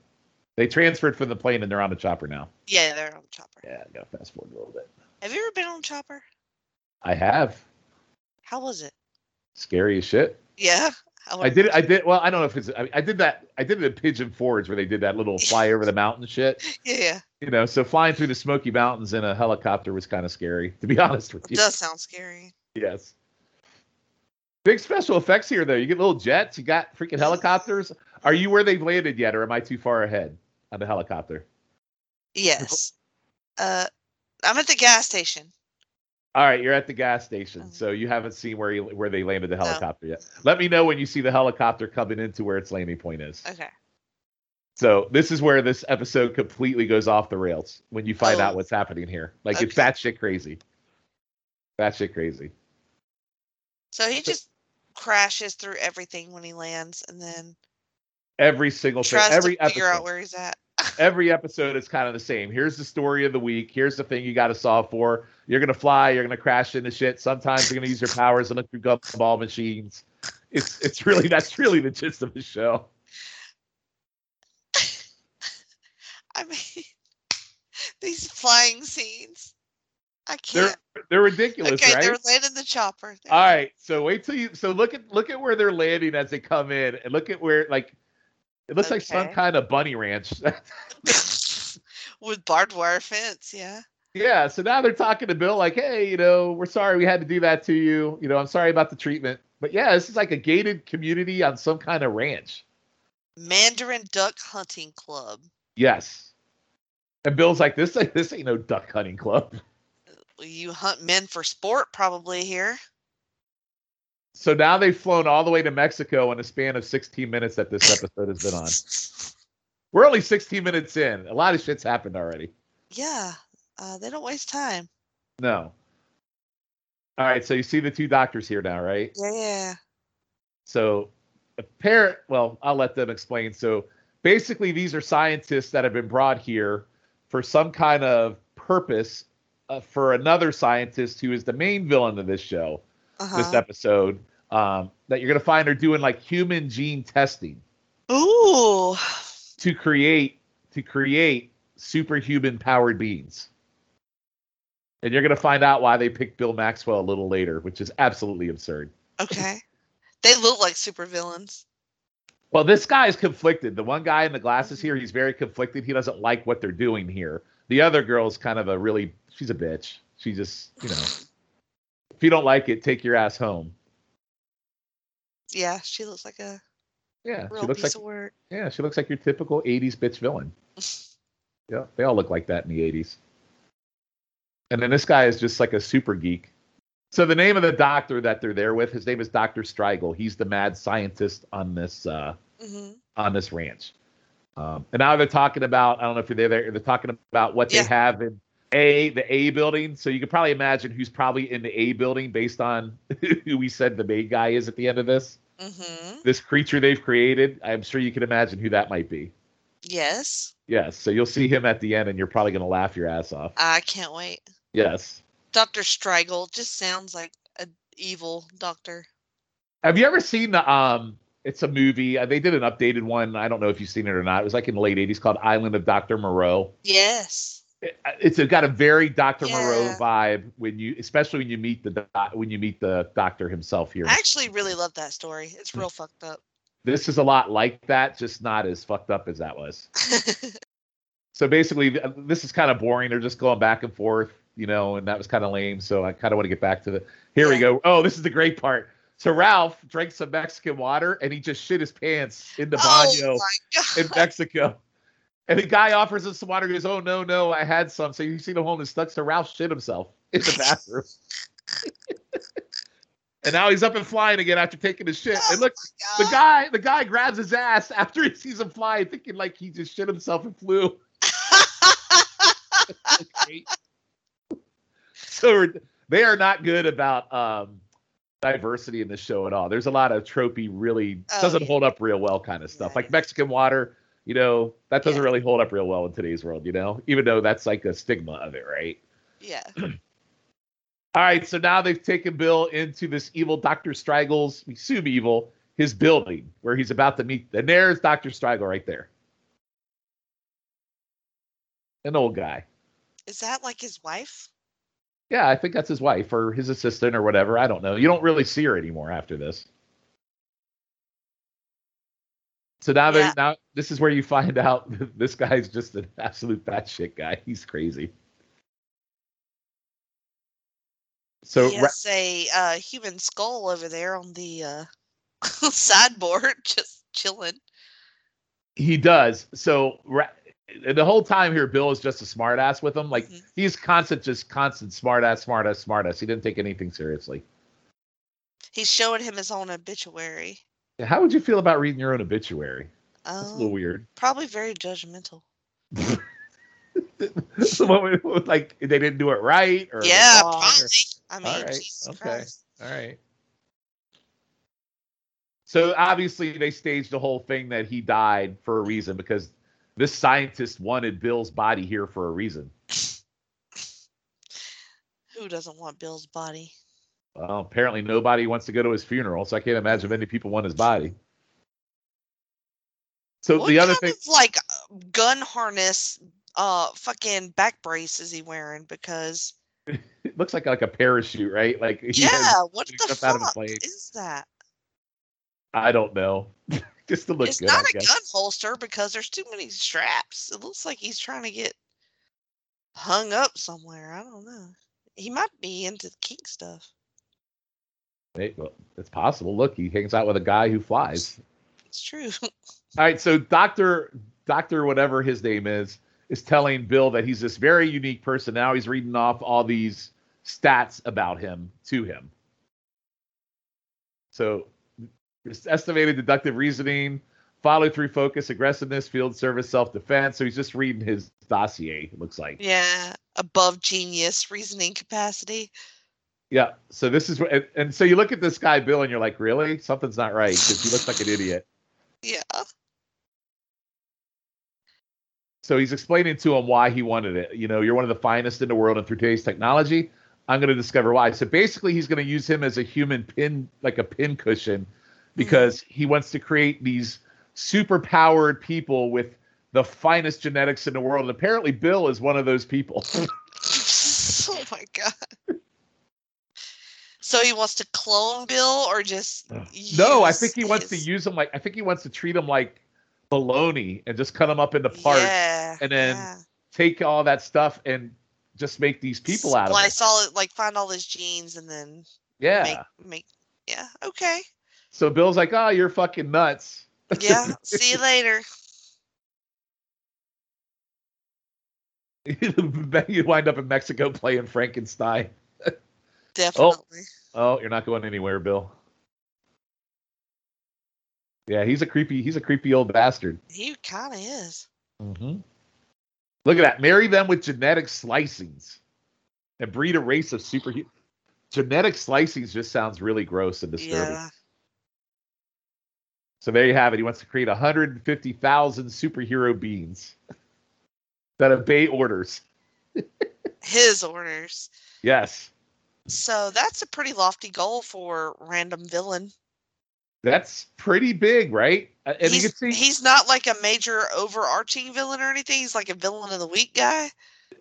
Speaker 3: They transferred from the plane and they're on the chopper now.
Speaker 2: Yeah, they're on chopper.
Speaker 3: Yeah, I gotta fast forward a little bit.
Speaker 2: Have you ever been on chopper?
Speaker 3: I have
Speaker 2: How was it?
Speaker 3: scary as shit.
Speaker 2: Yeah.
Speaker 3: I
Speaker 2: wouldn't
Speaker 3: did. I
Speaker 2: imagine.
Speaker 3: did. Well, I don't know if it's. I, I did that. I did it at Pigeon Forge where they did that little fly over the mountain shit.
Speaker 2: Yeah, yeah.
Speaker 3: You know, so flying through the Smoky Mountains in a helicopter was kind of scary, to be honest with
Speaker 2: It
Speaker 3: you.
Speaker 2: does sound scary.
Speaker 3: Yes. Big special effects here, though. You get little jets. You got freaking helicopters. Are you where they've landed yet, or am I too far ahead on the helicopter?
Speaker 2: Yes. Uh, I'm at the gas station.
Speaker 3: All right, you're at the gas station,
Speaker 2: Mhm.
Speaker 3: so you haven't seen where you, where they landed the
Speaker 2: No.
Speaker 3: helicopter yet. Let me know when you see the helicopter coming into where its landing point is.
Speaker 2: Okay.
Speaker 3: So this is where this episode completely goes off the rails when you find
Speaker 2: Oh.
Speaker 3: out what's happening here. Like it's
Speaker 2: Okay.
Speaker 3: batshit crazy. Batshit crazy.
Speaker 2: So he
Speaker 3: So-
Speaker 2: just crashes through everything when he lands, and then
Speaker 3: Every single thing,
Speaker 2: tries
Speaker 3: Oh, every
Speaker 2: to figure
Speaker 3: episode.
Speaker 2: out where he's at.
Speaker 3: every episode is kind of the same. Here's the story of the week. Here's the thing you got to solve for. You're gonna fly. You're gonna crash into shit. Sometimes you're gonna use your powers and look through gumball machines. It's it's really that's really the gist of the show.
Speaker 2: I mean, these flying scenes. I
Speaker 3: They're
Speaker 2: can't.
Speaker 3: they're ridiculous,
Speaker 2: okay,
Speaker 3: right?
Speaker 2: they're landing the chopper. They're
Speaker 3: All right, so wait till you so look at look at where they're landing as they come in, and look at where like it looks like some
Speaker 2: Okay.
Speaker 3: kind of bunny ranch.
Speaker 2: with barbed wire fence. Yeah.
Speaker 3: yeah, so now they're talking to Bill like, hey, you know, we're sorry we had to do that to you. You know, I'm sorry about the treatment, but yeah, this is like a gated community on some kind of ranch.
Speaker 2: Mandarin Duck Hunting Club.
Speaker 3: Yes, and Bill's like, this ain't- this ain't no duck hunting club.
Speaker 2: You hunt men for sport, probably here.
Speaker 3: So now they've flown all the way to Mexico in a span of 16 minutes that this episode has been on. We're only 16 minutes in. A lot of shit's happened already.
Speaker 2: Yeah. Uh, they don't waste time.
Speaker 3: No. All right, so you see the two doctors here now, right?
Speaker 2: Yeah. Yeah.
Speaker 3: So a pair well, I'll let them explain. So basically these are scientists that have been brought here for some kind of purpose uh, for another scientist who is the main villain of this show, this
Speaker 2: Uh-huh.
Speaker 3: episode, um, that you're going to find are doing like human gene testing
Speaker 2: Ooh.
Speaker 3: to create to create superhuman powered beings. And you're going to find out why they picked Bill Maxwell a little later, which is absolutely absurd.
Speaker 2: Okay. They look like supervillains.
Speaker 3: Well, this guy is conflicted. The one guy in the glasses here, he's very conflicted. He doesn't like what they're doing here. The other girl's kind of a really, she's a bitch. She just, you know, if you don't like it, take your ass home.
Speaker 2: Yeah, she looks like a
Speaker 3: Yeah,
Speaker 2: real
Speaker 3: she looks
Speaker 2: piece
Speaker 3: like,
Speaker 2: of work.
Speaker 3: yeah, she looks like your typical '80s bitch villain. Yeah, they all look like that in the '80s. And then this guy is just like a super geek. So the name of the doctor that they're there with, his name is Doctor Strigel. He's the mad scientist on this. Uh,
Speaker 2: hmm
Speaker 3: on this ranch. Um, and now they're talking about, I don't know if you're there, they're talking about what
Speaker 2: Yeah.
Speaker 3: they have in A, the A building. So you can probably imagine who's probably in the A building based on who we said the main guy is at the end of this.
Speaker 2: hmm
Speaker 3: This creature they've created, I'm sure you can imagine who that might be.
Speaker 2: Yes.
Speaker 3: Yes. So you'll see him at the end and you're probably going to laugh your ass off.
Speaker 2: I can't wait.
Speaker 3: Yes.
Speaker 2: Dr. Strigel just sounds like an evil doctor.
Speaker 3: Have you ever seen the, um, it's a movie. uh, They did an updated one. I don't know if you've seen it or not. It was like in the late 80s called Island of Dr. Moreau.
Speaker 2: Yes.
Speaker 3: it- it's got a very Dr. Moreau
Speaker 2: Yeah.
Speaker 3: vibe when you, especially when you meet the doc- when you meet the doctor himself here.
Speaker 2: I actually really love that story. It's
Speaker 3: Hmm.
Speaker 2: real fucked up.
Speaker 3: This is a lot like that, just not as fucked up as that was. So basically, th- this is kind of boring. They're just going back and forth. you know, and that was kind of lame. So I kind of want to get back to the. Here we go. Oh, this is the great part. So Ralph drank some Mexican water and he just shit his pants in the
Speaker 2: Oh
Speaker 3: baño
Speaker 2: my
Speaker 3: in
Speaker 2: god.
Speaker 3: Mexico. And the guy offers us some water. He goes, "Oh no, no, I had some." So you see the homeless stuck to Ralph shit himself in the bathroom. and now he's up and flying again after taking a shit.
Speaker 2: Oh
Speaker 3: And look,
Speaker 2: my God.
Speaker 3: the guy, the guy grabs his ass after he sees him flying, thinking like he just shit himself and flew. Great. so we're- they are not good about um, diversity in the show at all. There's a lot of tropey, really
Speaker 2: Oh,
Speaker 3: doesn't
Speaker 2: yeah.
Speaker 3: hold up real well kind of stuff, like
Speaker 2: Right.
Speaker 3: Mexican water. You know, that doesn't
Speaker 2: Yeah.
Speaker 3: really hold up real well in today's world. You know, even though that's like a stigma of it, right?
Speaker 2: Yeah.
Speaker 3: All right, so now they've taken Bill into this evil Dr. Straggles, we assume evil, his building where he's about to meet. And there's Dr. Straggle right there. An old guy.
Speaker 2: Is that like his wife?
Speaker 3: Yeah, I think that's his wife or his assistant or whatever. I don't know. You don't really see her anymore after this. So now they
Speaker 2: Yeah.
Speaker 3: now this is where you find out that this guy's just an absolute batshit guy. He's crazy. So
Speaker 2: he has a uh, human skull over there on the uh, sideboard, just chilling.
Speaker 3: He does. So ra- the whole time here, Bill is just a smartass with him. Like
Speaker 2: Mhm.
Speaker 3: he's constant, just constant smartass, smartass, smartass. He didn't take anything seriously.
Speaker 2: He's showing him his own obituary.
Speaker 3: Yeah, How would you feel about reading your own obituary? That's a
Speaker 2: Oh,
Speaker 3: little weird.
Speaker 2: probably very judgmental.
Speaker 3: the one with like they didn't do it right, or it was
Speaker 2: yeah,
Speaker 3: wrong, or-
Speaker 2: probably. I mean,
Speaker 3: right,
Speaker 2: Jesus
Speaker 3: okay.
Speaker 2: Christ.
Speaker 3: All right. So obviously they staged the whole thing that he died for a reason because this scientist wanted Bill's body here for a reason.
Speaker 2: Who doesn't want Bill's body?
Speaker 3: Well, apparently nobody wants to go to his funeral, so I can't imagine many people want his body. So
Speaker 2: What
Speaker 3: the other
Speaker 2: kind
Speaker 3: thing,
Speaker 2: of, like uh, gun harness, uh, fucking back brace is he wearing? Because
Speaker 3: it looks like like a parachute, right? Like he
Speaker 2: yeah,
Speaker 3: has,
Speaker 2: what
Speaker 3: he
Speaker 2: the
Speaker 3: jumped out of a
Speaker 2: fuck
Speaker 3: plane.
Speaker 2: is that?
Speaker 3: I don't know, just to look
Speaker 2: it's
Speaker 3: good.
Speaker 2: not
Speaker 3: I
Speaker 2: a
Speaker 3: guess.
Speaker 2: gun holster because there's too many straps. It looks like he's trying to get hung up somewhere. I don't know. He might be into the kink stuff.
Speaker 3: It- well, it's possible. Look, he hangs out with a guy who flies.
Speaker 2: It's true.
Speaker 3: All right, so Doctor Doctor whatever his name is is telling Bill that he's this very unique person. Now he's reading off all these stats about him to him. So it's estimated deductive reasoning, follow through focus, aggressiveness, field service, self defense. So he's just reading his dossier, it looks like.
Speaker 2: yeah. Above genius reasoning capacity.
Speaker 3: Yeah. So this is and, and so you look at this guy Bill and you're like, really? Something's not right because he looks like an idiot.
Speaker 2: Yeah.
Speaker 3: So he's explaining to him why he wanted it. You know, you're one of the finest in the world, and through today's technology, I'm going to discover why. So basically, he's going to use him as a human pin, like a pin cushion, because
Speaker 2: Mm-hmm.
Speaker 3: he wants to create these super powered people with the finest genetics in the world. And apparently, Bill is one of those people.
Speaker 2: oh my god. So he wants to clone Bill or just
Speaker 3: no, I
Speaker 2: use
Speaker 3: think he wants to
Speaker 2: his-
Speaker 3: use him like I think he wants to treat him like baloney and just cut him up into parts,
Speaker 2: yeah,
Speaker 3: and then
Speaker 2: yeah.
Speaker 3: take all that stuff, and just make these people out of it.
Speaker 2: Splice all like find all his genes and then
Speaker 3: Yeah.
Speaker 2: make make yeah, okay.
Speaker 3: So Bill's like, "Oh, you're fucking nuts."
Speaker 2: Yeah. See you later.
Speaker 3: you wind up in Mexico playing Frankenstein.
Speaker 2: Definitely.
Speaker 3: Oh, you're not going anywhere, Bill. Yeah, he's a creepy. He's a creepy old bastard.
Speaker 2: He kind of is.
Speaker 3: Mm-hmm. Look at that. Marry them with genetic slicings, and breed a race of super. Genetic slicings just sounds really gross and disturbing.
Speaker 2: Yeah.
Speaker 3: So there you have it. He wants to create 150,000 superhero beings that obey orders.
Speaker 2: His orders.
Speaker 3: Yes.
Speaker 2: So that's a pretty lofty goal for random villain.
Speaker 3: That's pretty big, right? Uh, And you
Speaker 2: he's,
Speaker 3: can see
Speaker 2: he's not like a major overarching villain or anything. He's like a villain of the week guy.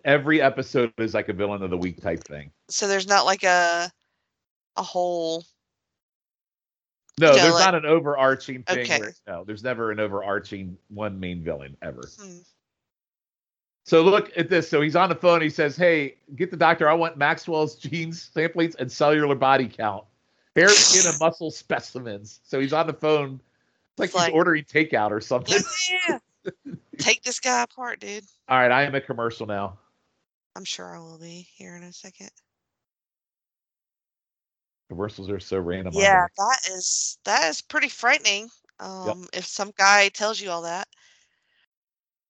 Speaker 3: every episode is like a villain of the week type thing.
Speaker 2: So there's not like a a whole
Speaker 3: No,
Speaker 2: Yeah,
Speaker 3: there's
Speaker 2: like-
Speaker 3: not an overarching thing.
Speaker 2: Okay.
Speaker 3: Where, no, there's never an overarching one main villain ever.
Speaker 2: hmm,
Speaker 3: So look at this. So he's on the phone. He says, "Hey, get the doctor. I want Maxwell's gene samplings and cellular body count, hair, skin, and muscle specimens." So he's on the phone, it's like,
Speaker 2: It's like-
Speaker 3: he's ordering takeout or something.
Speaker 2: Yeah. Take this guy apart, dude.
Speaker 3: All right, I am a commercial now.
Speaker 2: I'm sure I will be here in a second.
Speaker 3: Commercials are so random. aren't
Speaker 2: Yeah,
Speaker 3: they?
Speaker 2: that is that is pretty frightening. Um, if some guy tells you all that.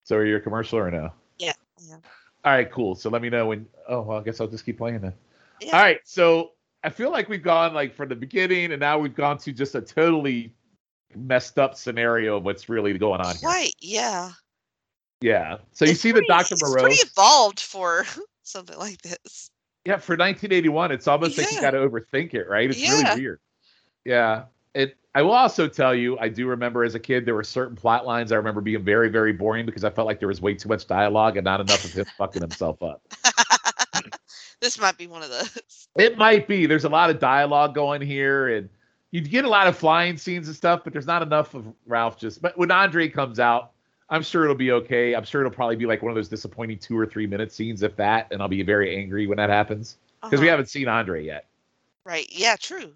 Speaker 3: So are you a commercial or no?
Speaker 2: Yeah, yeah.
Speaker 3: All right, cool. So let me know when. Oh, well, I guess I'll just keep playing then.
Speaker 2: Yeah.
Speaker 3: All right. So I feel like we've gone like from the beginning, and now we've gone to just a totally messed up scenario of what's really going on here.
Speaker 2: Right, yeah.
Speaker 3: Yeah. So you
Speaker 2: It's
Speaker 3: see
Speaker 2: pretty-
Speaker 3: the Dr.
Speaker 2: it's
Speaker 3: Moreau.
Speaker 2: pretty evolved for something like this.
Speaker 3: Yeah, for 1981, it's almost like you
Speaker 2: Yeah.
Speaker 3: got to overthink it, right? It's
Speaker 2: Yeah.
Speaker 3: really weird. Yeah. It. I will also tell you, I do remember as a kid there were certain plot lines I remember being very, very boring because I felt like there was way too much dialogue and not enough of him fucking himself up.
Speaker 2: this might be one of those.
Speaker 3: It might be. There's a lot of dialogue going here, and you get a lot of flying scenes and stuff, but there's not enough of Ralph just. But when Andre comes out, I'm sure it'll be okay. I'm sure it'll probably be like one of those disappointing two or three minute scenes, if that, and I'll be very angry when that happens because we
Speaker 2: Uh-huh.
Speaker 3: haven't seen Andre yet.
Speaker 2: right. Yeah, true.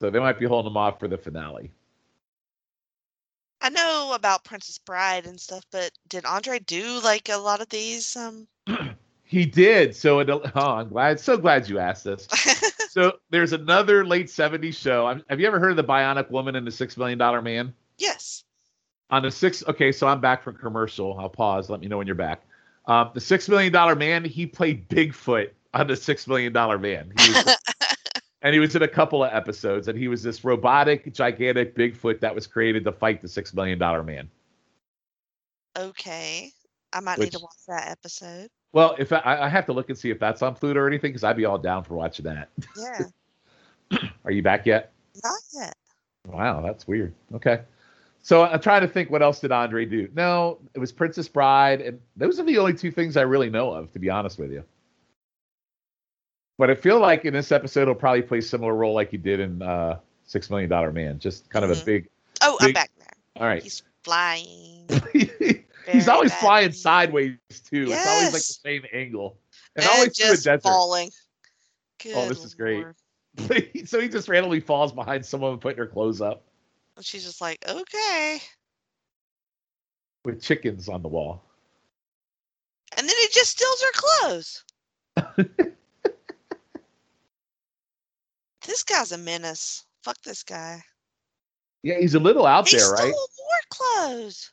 Speaker 3: So they might be holding him off for the finale.
Speaker 2: I know about Princess Bride and stuff, but did Andre do like a lot of these? Um,
Speaker 3: He did. So it, oh, I'm glad. So glad you asked this. so there's another late '70s show. I'm, have you ever heard of the Bionic Woman and the Six Million Dollar Man?
Speaker 2: yes.
Speaker 3: on the six okay so i'm back from commercial i'll pause let me know when you're back um, the six million dollar man he played bigfoot on the six million dollar man he was, and he was in a couple of episodes and he was this robotic gigantic bigfoot that was created to fight the six million dollar man
Speaker 2: Okay. I might need to
Speaker 3: Which-
Speaker 2: watch that episode.
Speaker 3: well if i, I have to look and see if that's on pluto or anything because i'd be all down for watching that
Speaker 2: Yeah.
Speaker 3: are you back yet
Speaker 2: Not yet.
Speaker 3: Wow, that's weird. Okay. So I'm trying to think what else did Andre do? No, it was Princess Bride, and those are the only two things I really know of, to be honest with you. But I feel like in this episode he'll probably play a similar role like he did in uh Six Million Dollar Man, just kind of a
Speaker 2: Mhm.
Speaker 3: big
Speaker 2: Oh, I'm
Speaker 3: Big-
Speaker 2: back now.
Speaker 3: all right.
Speaker 2: He's flying.
Speaker 3: He's
Speaker 2: very
Speaker 3: always flying
Speaker 2: badly.
Speaker 3: sideways too. It's always like
Speaker 2: Yes.
Speaker 3: the same angle. And,
Speaker 2: and
Speaker 3: always through a
Speaker 2: just
Speaker 3: desert.
Speaker 2: falling. Good
Speaker 3: Oh, this is great.
Speaker 2: Lord.
Speaker 3: so he just randomly falls behind someone putting her clothes up
Speaker 2: And she's just like, okay.
Speaker 3: with chickens on the wall.
Speaker 2: And then he just steals her clothes. this guy's a menace. Fuck this guy.
Speaker 3: Yeah, he's a little out
Speaker 2: he
Speaker 3: there,
Speaker 2: stole
Speaker 3: right?
Speaker 2: more clothes.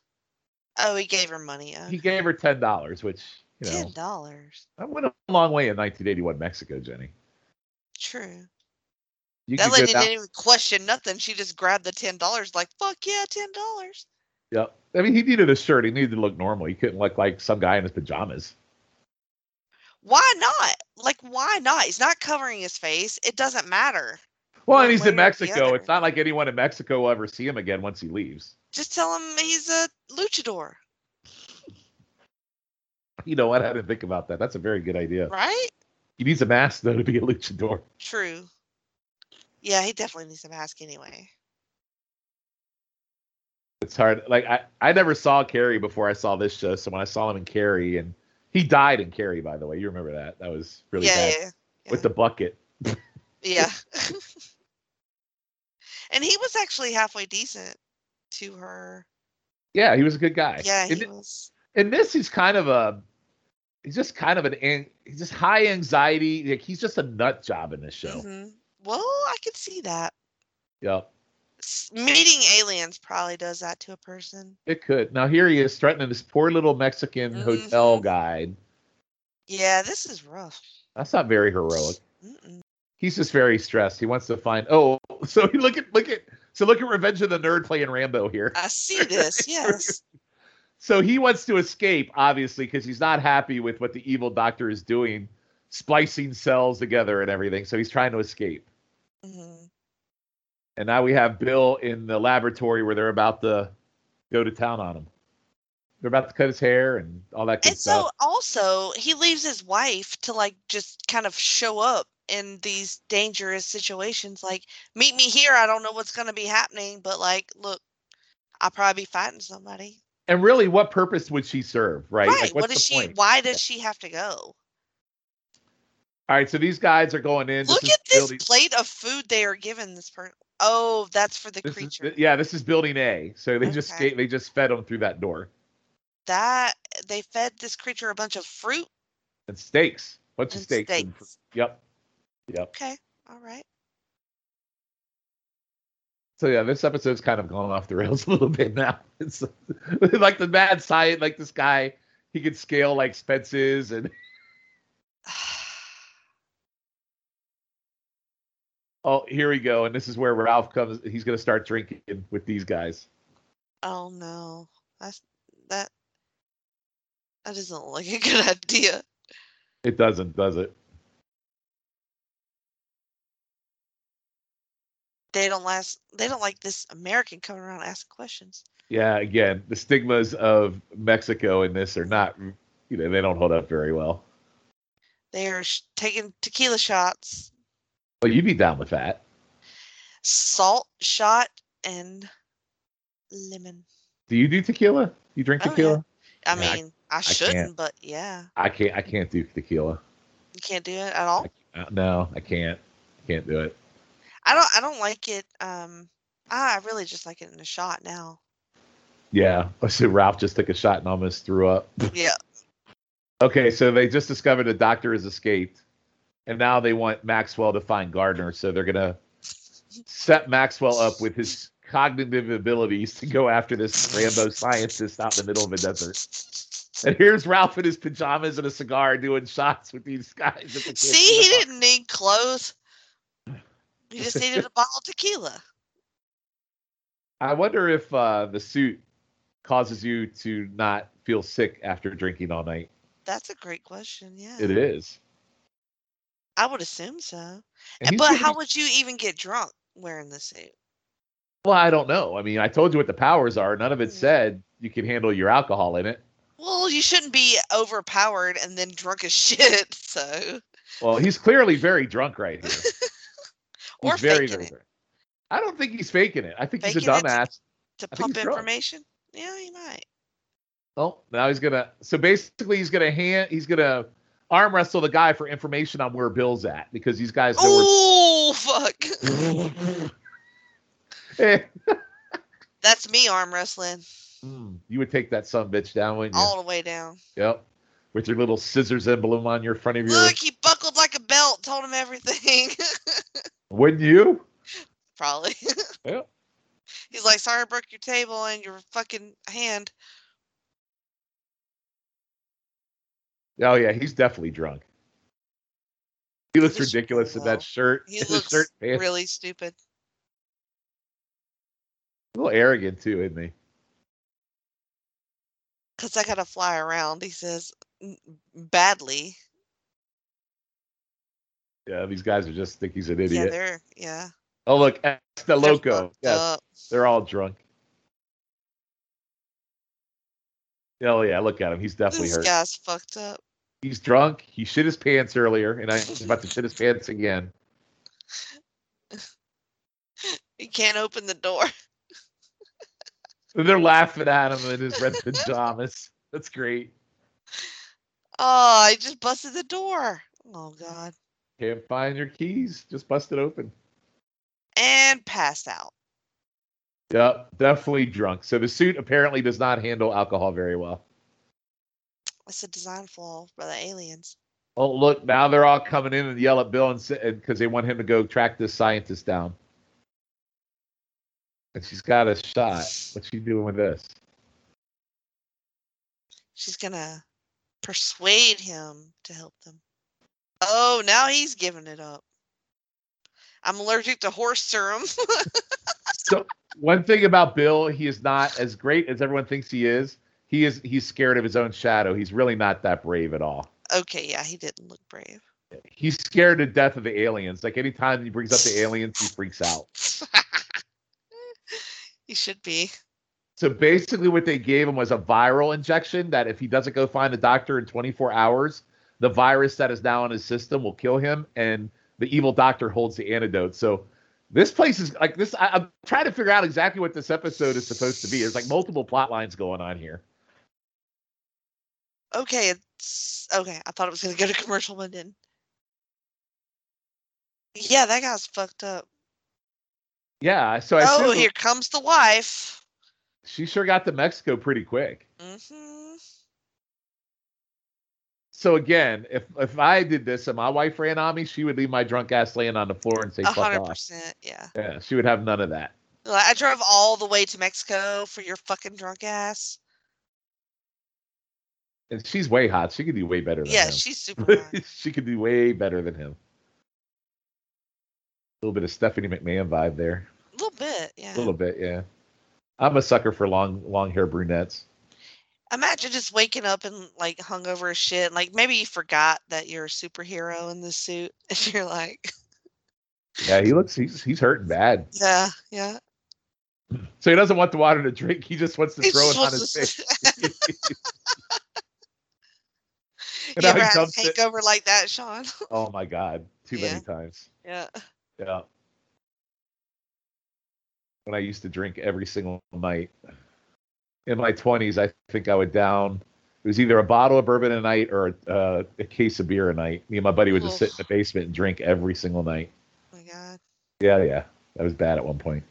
Speaker 2: Oh, he gave her money.
Speaker 3: he
Speaker 2: Okay.
Speaker 3: gave her ten dollars, which you know
Speaker 2: Ten dollars.
Speaker 3: that went a long way in 1981 Mexico, Jenny.
Speaker 2: True.
Speaker 3: You
Speaker 2: that
Speaker 3: could go
Speaker 2: lady
Speaker 3: down-
Speaker 2: didn't even question nothing. She just grabbed the ten dollars, like, fuck yeah, ten dollars.
Speaker 3: Yep. I mean, he needed a shirt. He needed to look normal. He couldn't look like some guy in his pajamas.
Speaker 2: Why not? Like, why not? He's not covering his face. It doesn't matter.
Speaker 3: Well,
Speaker 2: One
Speaker 3: and he's
Speaker 2: way or
Speaker 3: in
Speaker 2: the
Speaker 3: Mexico.
Speaker 2: other.
Speaker 3: It's not like anyone in Mexico will ever see him again once he leaves.
Speaker 2: Just tell him he's a luchador,
Speaker 3: You know what? I didn't think about that. That's a very good idea.
Speaker 2: right?
Speaker 3: He needs a mask though to be a luchador.
Speaker 2: True. Yeah, he definitely needs a mask anyway.
Speaker 3: It's hard. Like I, I never saw Carrie before I saw this show. So when I saw him in Carrie, and he died in Carrie, by the way. You remember that? That was really
Speaker 2: yeah,
Speaker 3: bad
Speaker 2: yeah, yeah.
Speaker 3: with the bucket.
Speaker 2: Yeah. and he was actually halfway decent to her.
Speaker 3: Yeah, he was a good guy.
Speaker 2: Yeah,
Speaker 3: And
Speaker 2: he was.
Speaker 3: and this he's kind of a he's just kind of an an- he's just high anxiety like he's just a nut job in this show
Speaker 2: Mhm. Well, I could see that.
Speaker 3: Yep,
Speaker 2: S- Meeting aliens probably does that to a person.
Speaker 3: it could now here he is threatening this poor little mexican
Speaker 2: Mhm.
Speaker 3: hotel guide
Speaker 2: Yeah, this is rough.
Speaker 3: that's not very heroic
Speaker 2: Mm-mm.
Speaker 3: he's just very stressed he wants to find oh so he look at look at so look at revenge of the nerd playing rambo here
Speaker 2: I see this. Yes.
Speaker 3: so he wants to escape obviously because he's not happy with what the evil doctor is doing splicing cells together and everything so he's trying to escape
Speaker 2: Mhm.
Speaker 3: And now we have Bill in the laboratory where they're about to go to town on him. They're about to cut his hair and all that good
Speaker 2: And
Speaker 3: stuff.
Speaker 2: so also he leaves his wife to like just kind of show up in these dangerous situations like meet me here I don't know what's going to be happening but like look I'll probably be fighting somebody
Speaker 3: and really, what purpose would she serve, right?
Speaker 2: Right.
Speaker 3: Like, what's
Speaker 2: what
Speaker 3: the
Speaker 2: does she?
Speaker 3: point?
Speaker 2: Why does she have to go?
Speaker 3: All right, so these guys are going in.
Speaker 2: Look
Speaker 3: is
Speaker 2: at this
Speaker 3: building-
Speaker 2: plate of food they are giving this person. Oh, that's for the
Speaker 3: this is-
Speaker 2: creature.
Speaker 3: yeah, this is building A. So they just
Speaker 2: Okay.
Speaker 3: ga- they just fed them through that door
Speaker 2: that they fed this creature a bunch of fruit.
Speaker 3: and steaks, bunch of
Speaker 2: And
Speaker 3: steaks. and-
Speaker 2: steaks.
Speaker 3: yep, yep.
Speaker 2: Okay, all right.
Speaker 3: So yeah, this episode's kind of gone off the rails a little bit now. It's like the mad science, like this guy, he could scale like fences and
Speaker 2: Ah.
Speaker 3: oh, here we go. And this is where Ralph comes. He's gonna start drinking with these guys.
Speaker 2: Oh no, that's that. That doesn't look a good idea.
Speaker 3: It doesn't, does it?
Speaker 2: They don't last. They don't like this American coming around asking questions.
Speaker 3: Yeah, again, the stigmas of Mexico in this are not, you know, they don't hold up very well.
Speaker 2: They are sh- taking tequila shots,
Speaker 3: Well, you'd be down with that.
Speaker 2: salt shot, and lemon.
Speaker 3: Do you do tequila? You drink
Speaker 2: Oh, yeah.
Speaker 3: tequila?
Speaker 2: I
Speaker 3: Yeah, I-
Speaker 2: mean, I,
Speaker 3: can't.
Speaker 2: shouldn't, but yeah,
Speaker 3: I can't. I can't do tequila.
Speaker 2: you can't do it at all.
Speaker 3: Uh, No, I can't. Can't do it.
Speaker 2: I don't. I don't like it. Um, I really just like it in a shot now.
Speaker 3: Yeah. So Ralph just took a shot and almost threw up.
Speaker 2: Yeah.
Speaker 3: Okay, so they just discovered a doctor has escaped, and now they want Maxwell to find Gardner. So they're gonna set Maxwell up with his cognitive abilities to go after this Rambo scientist out in the middle of the desert. And here's Ralph in his pajamas and a cigar doing shots with these guys. at the
Speaker 2: See, he didn't
Speaker 3: cantina.
Speaker 2: need clothes. He just needed a bottle of tequila.
Speaker 3: I wonder if uh, the suit causes you to not feel sick after drinking all night.
Speaker 2: That's a great question. Yeah,
Speaker 3: It is.
Speaker 2: I would assume so. Uh,
Speaker 3: And he's
Speaker 2: But
Speaker 3: giving
Speaker 2: how
Speaker 3: you-
Speaker 2: would you even get drunk wearing the suit?
Speaker 3: Well, I don't know. I mean, I told you what the powers are. None of
Speaker 2: Hmm.
Speaker 3: it said you can handle your alcohol in it.
Speaker 2: Well, you shouldn't be overpowered and then drunk as shit. So,
Speaker 3: Well, he's clearly very drunk right here. He's
Speaker 2: or
Speaker 3: very,
Speaker 2: faking
Speaker 3: very
Speaker 2: it
Speaker 3: drunk. I don't think he's faking it. I think he's a
Speaker 2: Faking it?
Speaker 3: dumbass.
Speaker 2: to
Speaker 3: I think
Speaker 2: pump
Speaker 3: he's drunk.
Speaker 2: information. Yeah, you might.
Speaker 3: Oh, now he's gonna. So basically, he's gonna hand. He's gonna arm wrestle the guy for information on where Bill's at because these guys know where
Speaker 2: Oh fuck!
Speaker 3: Eh,
Speaker 2: That's me arm wrestling
Speaker 3: mm, you would take that son bitch down, wouldn't you?
Speaker 2: Oh! all the way down.
Speaker 3: Yep. With your little scissors emblem on your front of your.
Speaker 2: Look, he buckled like a belt. Told him everything.
Speaker 3: Wouldn't you?
Speaker 2: Probably.
Speaker 3: Yeah.
Speaker 2: He's like, sorry, I broke your table and your fucking hand.
Speaker 3: Oh yeah, he's definitely drunk. He looks
Speaker 2: He looks
Speaker 3: ridiculous in
Speaker 2: really well.
Speaker 3: that shirt.
Speaker 2: He
Speaker 3: His
Speaker 2: looks
Speaker 3: shirt, man.
Speaker 2: really stupid.
Speaker 3: a little arrogant too, isn't he?
Speaker 2: Cause I gotta fly around. He says "N- badly.
Speaker 3: Yeah, these guys are just think he's an
Speaker 2: Yeah,
Speaker 3: idiot.
Speaker 2: they're yeah.
Speaker 3: oh look, it's the
Speaker 2: they're
Speaker 3: loco.
Speaker 2: fucked
Speaker 3: Yes,
Speaker 2: up.
Speaker 3: they're all drunk. Oh yeah, look at him. He's definitely
Speaker 2: This
Speaker 3: hurt.
Speaker 2: guy's fucked up.
Speaker 3: He's drunk. He shit his pants earlier, and I he's about to shit his pants again.
Speaker 2: He can't open the door.
Speaker 3: And they're laughing at him in his red pajamas. That's great.
Speaker 2: Oh, I just busted the door. Oh god.
Speaker 3: Can't find your keys. Just bust it open.
Speaker 2: And passed out.
Speaker 3: Yep, definitely drunk. So the suit apparently does not handle alcohol very well.
Speaker 2: That's a design flaw by the aliens.
Speaker 3: Oh, look, now they're all coming in and yell at Bill and because they want him to go track this scientist down. And she's got a shot. What's she doing with this?
Speaker 2: She's gonna persuade him to help them. Oh, now he's giving it up. I'm allergic to horse serum.
Speaker 3: One thing about Bill, he is not as great as everyone thinks he is. He is he's scared of his own shadow. He's really not that brave at all.
Speaker 2: okay, yeah, he didn't look brave.
Speaker 3: He's scared to death of the aliens. Like anytime he brings up the aliens, he freaks out.
Speaker 2: he should be.
Speaker 3: So basically, what they gave him was a viral injection that if he doesn't go find a doctor in 24 hours, the virus that is now in his system will kill him, and the evil doctor holds the antidote. So This place is like this. I, I'm trying to figure out exactly what this episode is supposed to be. There's like multiple plot lines going on here.
Speaker 2: Okay, it's okay. I thought it was gonna go to commercial, but it didn't. Yeah, that guy's fucked up.
Speaker 3: Yeah, so I
Speaker 2: oh,
Speaker 3: assume
Speaker 2: here comes the wife.
Speaker 3: she sure got to Mexico pretty quick.
Speaker 2: hmm
Speaker 3: So again, if if I did this and my wife ran on me, she would leave my drunk ass laying on the floor and say
Speaker 2: A
Speaker 3: "fuck
Speaker 2: hundred
Speaker 3: off."
Speaker 2: percent. Yeah.
Speaker 3: Yeah, she would have none of that.
Speaker 2: Like, I drove all the way to Mexico for your fucking drunk ass.
Speaker 3: And she's way hot. She could do way better than
Speaker 2: Yeah,
Speaker 3: him.
Speaker 2: she's super. hot.
Speaker 3: she could do way better than him. A little bit of Stephanie McMahon vibe there.
Speaker 2: A little bit, yeah.
Speaker 3: A little bit, yeah. I'm a sucker for long long hair brunettes.
Speaker 2: Imagine just waking up and like hungover as shit. and, Like maybe you forgot that you're a superhero in this suit, and you're like,
Speaker 3: Yeah, he looks he's he's hurting bad.
Speaker 2: yeah, yeah.
Speaker 3: So he doesn't want the water to drink. He just wants to
Speaker 2: He just
Speaker 3: throw it on
Speaker 2: wants
Speaker 3: his
Speaker 2: to-
Speaker 3: face. and
Speaker 2: you
Speaker 3: now
Speaker 2: ever
Speaker 3: he
Speaker 2: had a
Speaker 3: dumps it.
Speaker 2: hangover like that, Sean?
Speaker 3: Oh my god, too
Speaker 2: Yeah.
Speaker 3: many times.
Speaker 2: yeah. oh
Speaker 3: Yeah. When I used to drink every single night. In my 20s, I think I would down. It was either a bottle of bourbon a night or uh, a case of beer a night. Me and my buddy would just sit in the basement and drink every single night.
Speaker 2: Oh my God.
Speaker 3: Yeah, yeah. That was bad at one point.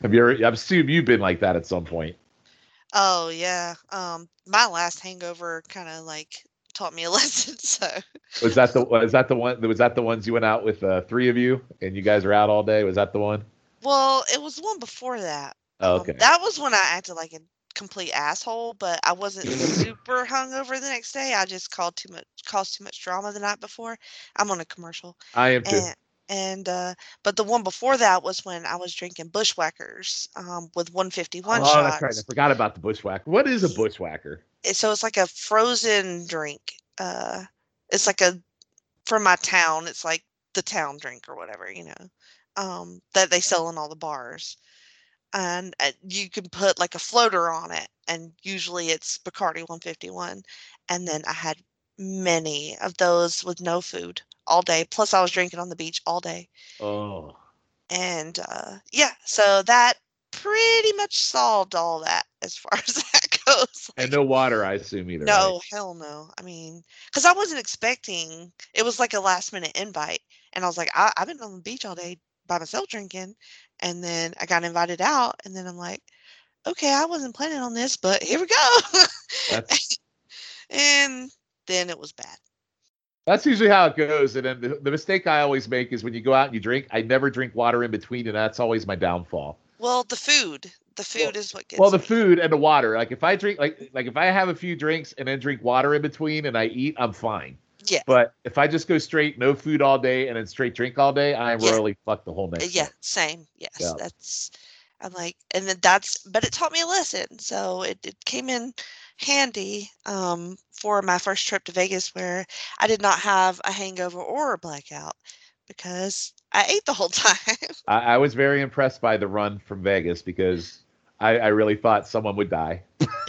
Speaker 3: Have you ever, I assume you've been like that at some point.
Speaker 2: Oh yeah. Um, my last hangover kind of like taught me a lesson. So
Speaker 3: Was that the, was that the one, was that the ones you went out with uh, three of you and you guys were out all day? Was that the one?
Speaker 2: Well, it was the one before that.
Speaker 3: Oh,
Speaker 2: Um,
Speaker 3: okay.
Speaker 2: that was when I acted like a complete asshole, but I wasn't super hungover the next day. I just called too much, caused too much drama the night before. I'm on a commercial,
Speaker 3: I am too.
Speaker 2: and and uh, but the one before that was when I was drinking Bushwhackers um, with 151
Speaker 3: oh,
Speaker 2: shots.
Speaker 3: that's right. I forgot about the bushwhacker. What is a bushwhacker?
Speaker 2: It- So it's like a frozen drink. Uh, it's like a from my town. It's like the town drink or whatever, you know, um, that they sell in all the bars. And uh, you can put like a floater on it, and usually it's Bacardi 151. And then I had many of those with no food all day. Plus, I was drinking on the beach all day.
Speaker 3: Oh,
Speaker 2: And uh, yeah, so that pretty much solved all that as far as that goes.
Speaker 3: and no water, I assume either.
Speaker 2: No,
Speaker 3: right?
Speaker 2: hell no. I mean, because I wasn't expecting. It was like a last minute invite, and I was like, I, I've been on the beach all day by myself drinking, and then I got invited out, and then I'm like, okay, I wasn't planning on this, but here we go.
Speaker 3: That's
Speaker 2: and then it was bad.
Speaker 3: that's usually how it goes. And then the, the mistake I always make is when you go out and you drink, I never drink water in between, and that's always my downfall.
Speaker 2: Well, the food, the food is what gets.
Speaker 3: Well, the
Speaker 2: me.
Speaker 3: food and the water. Like if I drink, like like if I have a few drinks and then drink water in between, and I eat, I'm fine.
Speaker 2: Yeah.
Speaker 3: But if I just go straight, no food all day, and then straight drink all day, I'm
Speaker 2: Yeah.
Speaker 3: really fucked the whole next.
Speaker 2: yeah
Speaker 3: day.
Speaker 2: same yes
Speaker 3: Yeah.
Speaker 2: that's i'm like and then that's but it taught me a lesson so it, it came in handy um for my first trip to vegas where i did not have a hangover or a blackout because i ate the whole time
Speaker 3: I, I was very impressed by the run from Vegas because I, I really thought someone would die.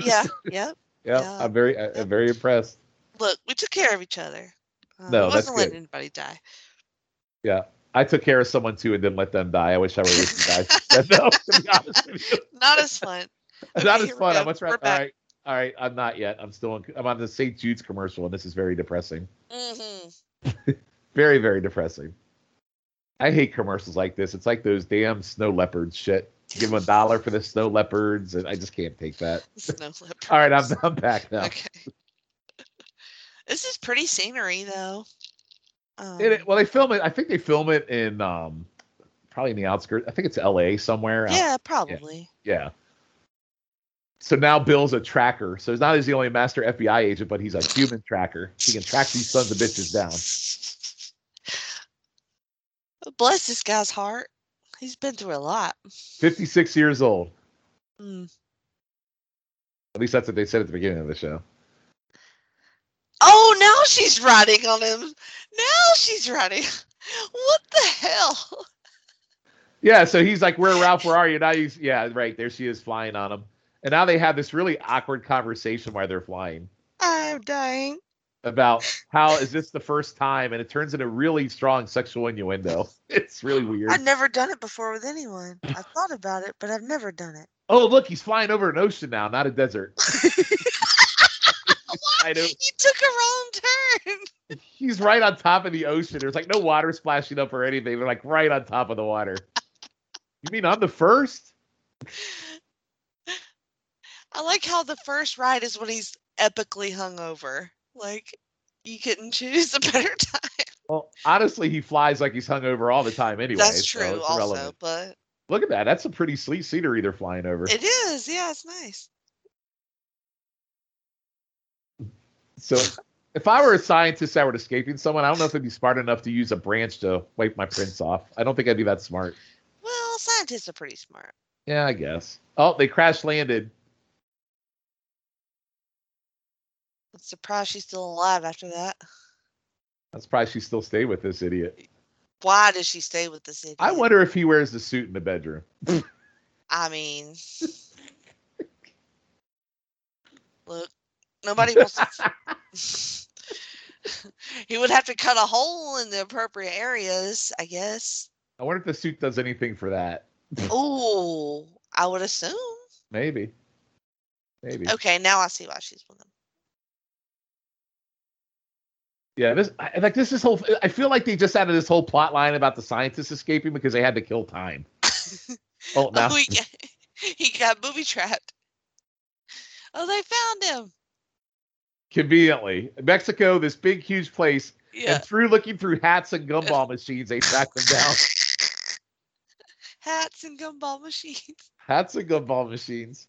Speaker 2: yeah yep
Speaker 3: Yeah,
Speaker 2: Yeah.
Speaker 3: I'm very, I, I'm very impressed.
Speaker 2: look we took care of each other um,
Speaker 3: No,
Speaker 2: we
Speaker 3: that's
Speaker 2: wasn't letting
Speaker 3: good.
Speaker 2: anybody die
Speaker 3: Yeah, I took care of someone too and didn't let them die. I wish I were with you guys. But no, to be honest with you,
Speaker 2: not as fun
Speaker 3: that
Speaker 2: Okay,
Speaker 3: is
Speaker 2: here we
Speaker 3: fun.
Speaker 2: go.
Speaker 3: I'm much
Speaker 2: We're
Speaker 3: rather. All
Speaker 2: back.
Speaker 3: right, all right. I'm not yet. I'm still. On, I'm on the St. Jude's commercial, and this is very depressing.
Speaker 2: hmm
Speaker 3: Very, very depressing. I hate commercials like this. It's like those damn snow leopards shit. Give them a dollar for the snow leopards, and I just can't take that.
Speaker 2: snow leopard
Speaker 3: All right, I'm, I'm back now.
Speaker 2: okay this is pretty scenery though um,
Speaker 3: It, well, they film it. I think they film it in um, probably in the outskirts. I think it's L.A. somewhere. out-
Speaker 2: yeah probably
Speaker 3: yeah. So now Bill's a tracker. So he's not as the only master FBI agent, but he's a human tracker. He can track these sons of bitches down.
Speaker 2: Bless this guy's heart. He's been through a lot.
Speaker 3: Fifty-six years old.
Speaker 2: Mm.
Speaker 3: At least that's what they said at the beginning of the show.
Speaker 2: Oh, now she's riding on him. Now she's riding. What the hell?
Speaker 3: Yeah. So he's like, "Where Ralph? Where are you?" Now he's yeah, right there. She is flying on him, and now they have this really awkward conversation while they're flying.
Speaker 2: I'm dying.
Speaker 3: about how is this the first time, and it turns into really strong sexual innuendo. It's really weird.
Speaker 2: I've never done it before with anyone. I've thought about it, but I've never done it.
Speaker 3: Oh, look, he's flying over an ocean now, not a desert. I know.
Speaker 2: You took a wrong turn.
Speaker 3: He's right on top of the ocean. There's like no water splashing up or anything. They're like right on top of the water. You mean I'm the first?
Speaker 2: I like how the first ride is when he's epically hungover. Like you couldn't choose a better time.
Speaker 3: Well, honestly, he flies like he's hungover all the time anyway.
Speaker 2: That's
Speaker 3: so
Speaker 2: true,
Speaker 3: it's
Speaker 2: also,
Speaker 3: irrelevant.
Speaker 2: but
Speaker 3: Look at that. That's a pretty sweet scenery they're flying over.
Speaker 2: it is. Yeah, it's nice.
Speaker 3: So if I were a scientist that were escaping someone, I don't know if I'd be smart enough to use a branch to wipe my prints off. I don't think I'd be that smart.
Speaker 2: Well, scientists are pretty smart.
Speaker 3: Yeah, I guess. Oh, they crash landed.
Speaker 2: I'm surprised she's still alive after that.
Speaker 3: That's probably she still stayed with this idiot.
Speaker 2: Why does she stay with this idiot?
Speaker 3: I wonder if he wears the suit in the bedroom.
Speaker 2: I mean, look, nobody wants to. he would have to cut a hole in the appropriate areas, I guess.
Speaker 3: I wonder if the suit does anything for that.
Speaker 2: Ooh, I would assume.
Speaker 3: Maybe. Maybe.
Speaker 2: Okay, now I see why she's with him.
Speaker 3: Yeah, this I- like this is whole. I feel like they just added this whole plot line about the scientists escaping because they had to kill time. oh, now
Speaker 2: Oh, he, got, he got booby trapped. Oh, they found him.
Speaker 3: conveniently, Mexico, this big, huge place,
Speaker 2: Yeah.
Speaker 3: and through looking through hats and gumball machines, they tracked them down.
Speaker 2: Hats and gumball machines.
Speaker 3: Hats and gumball machines.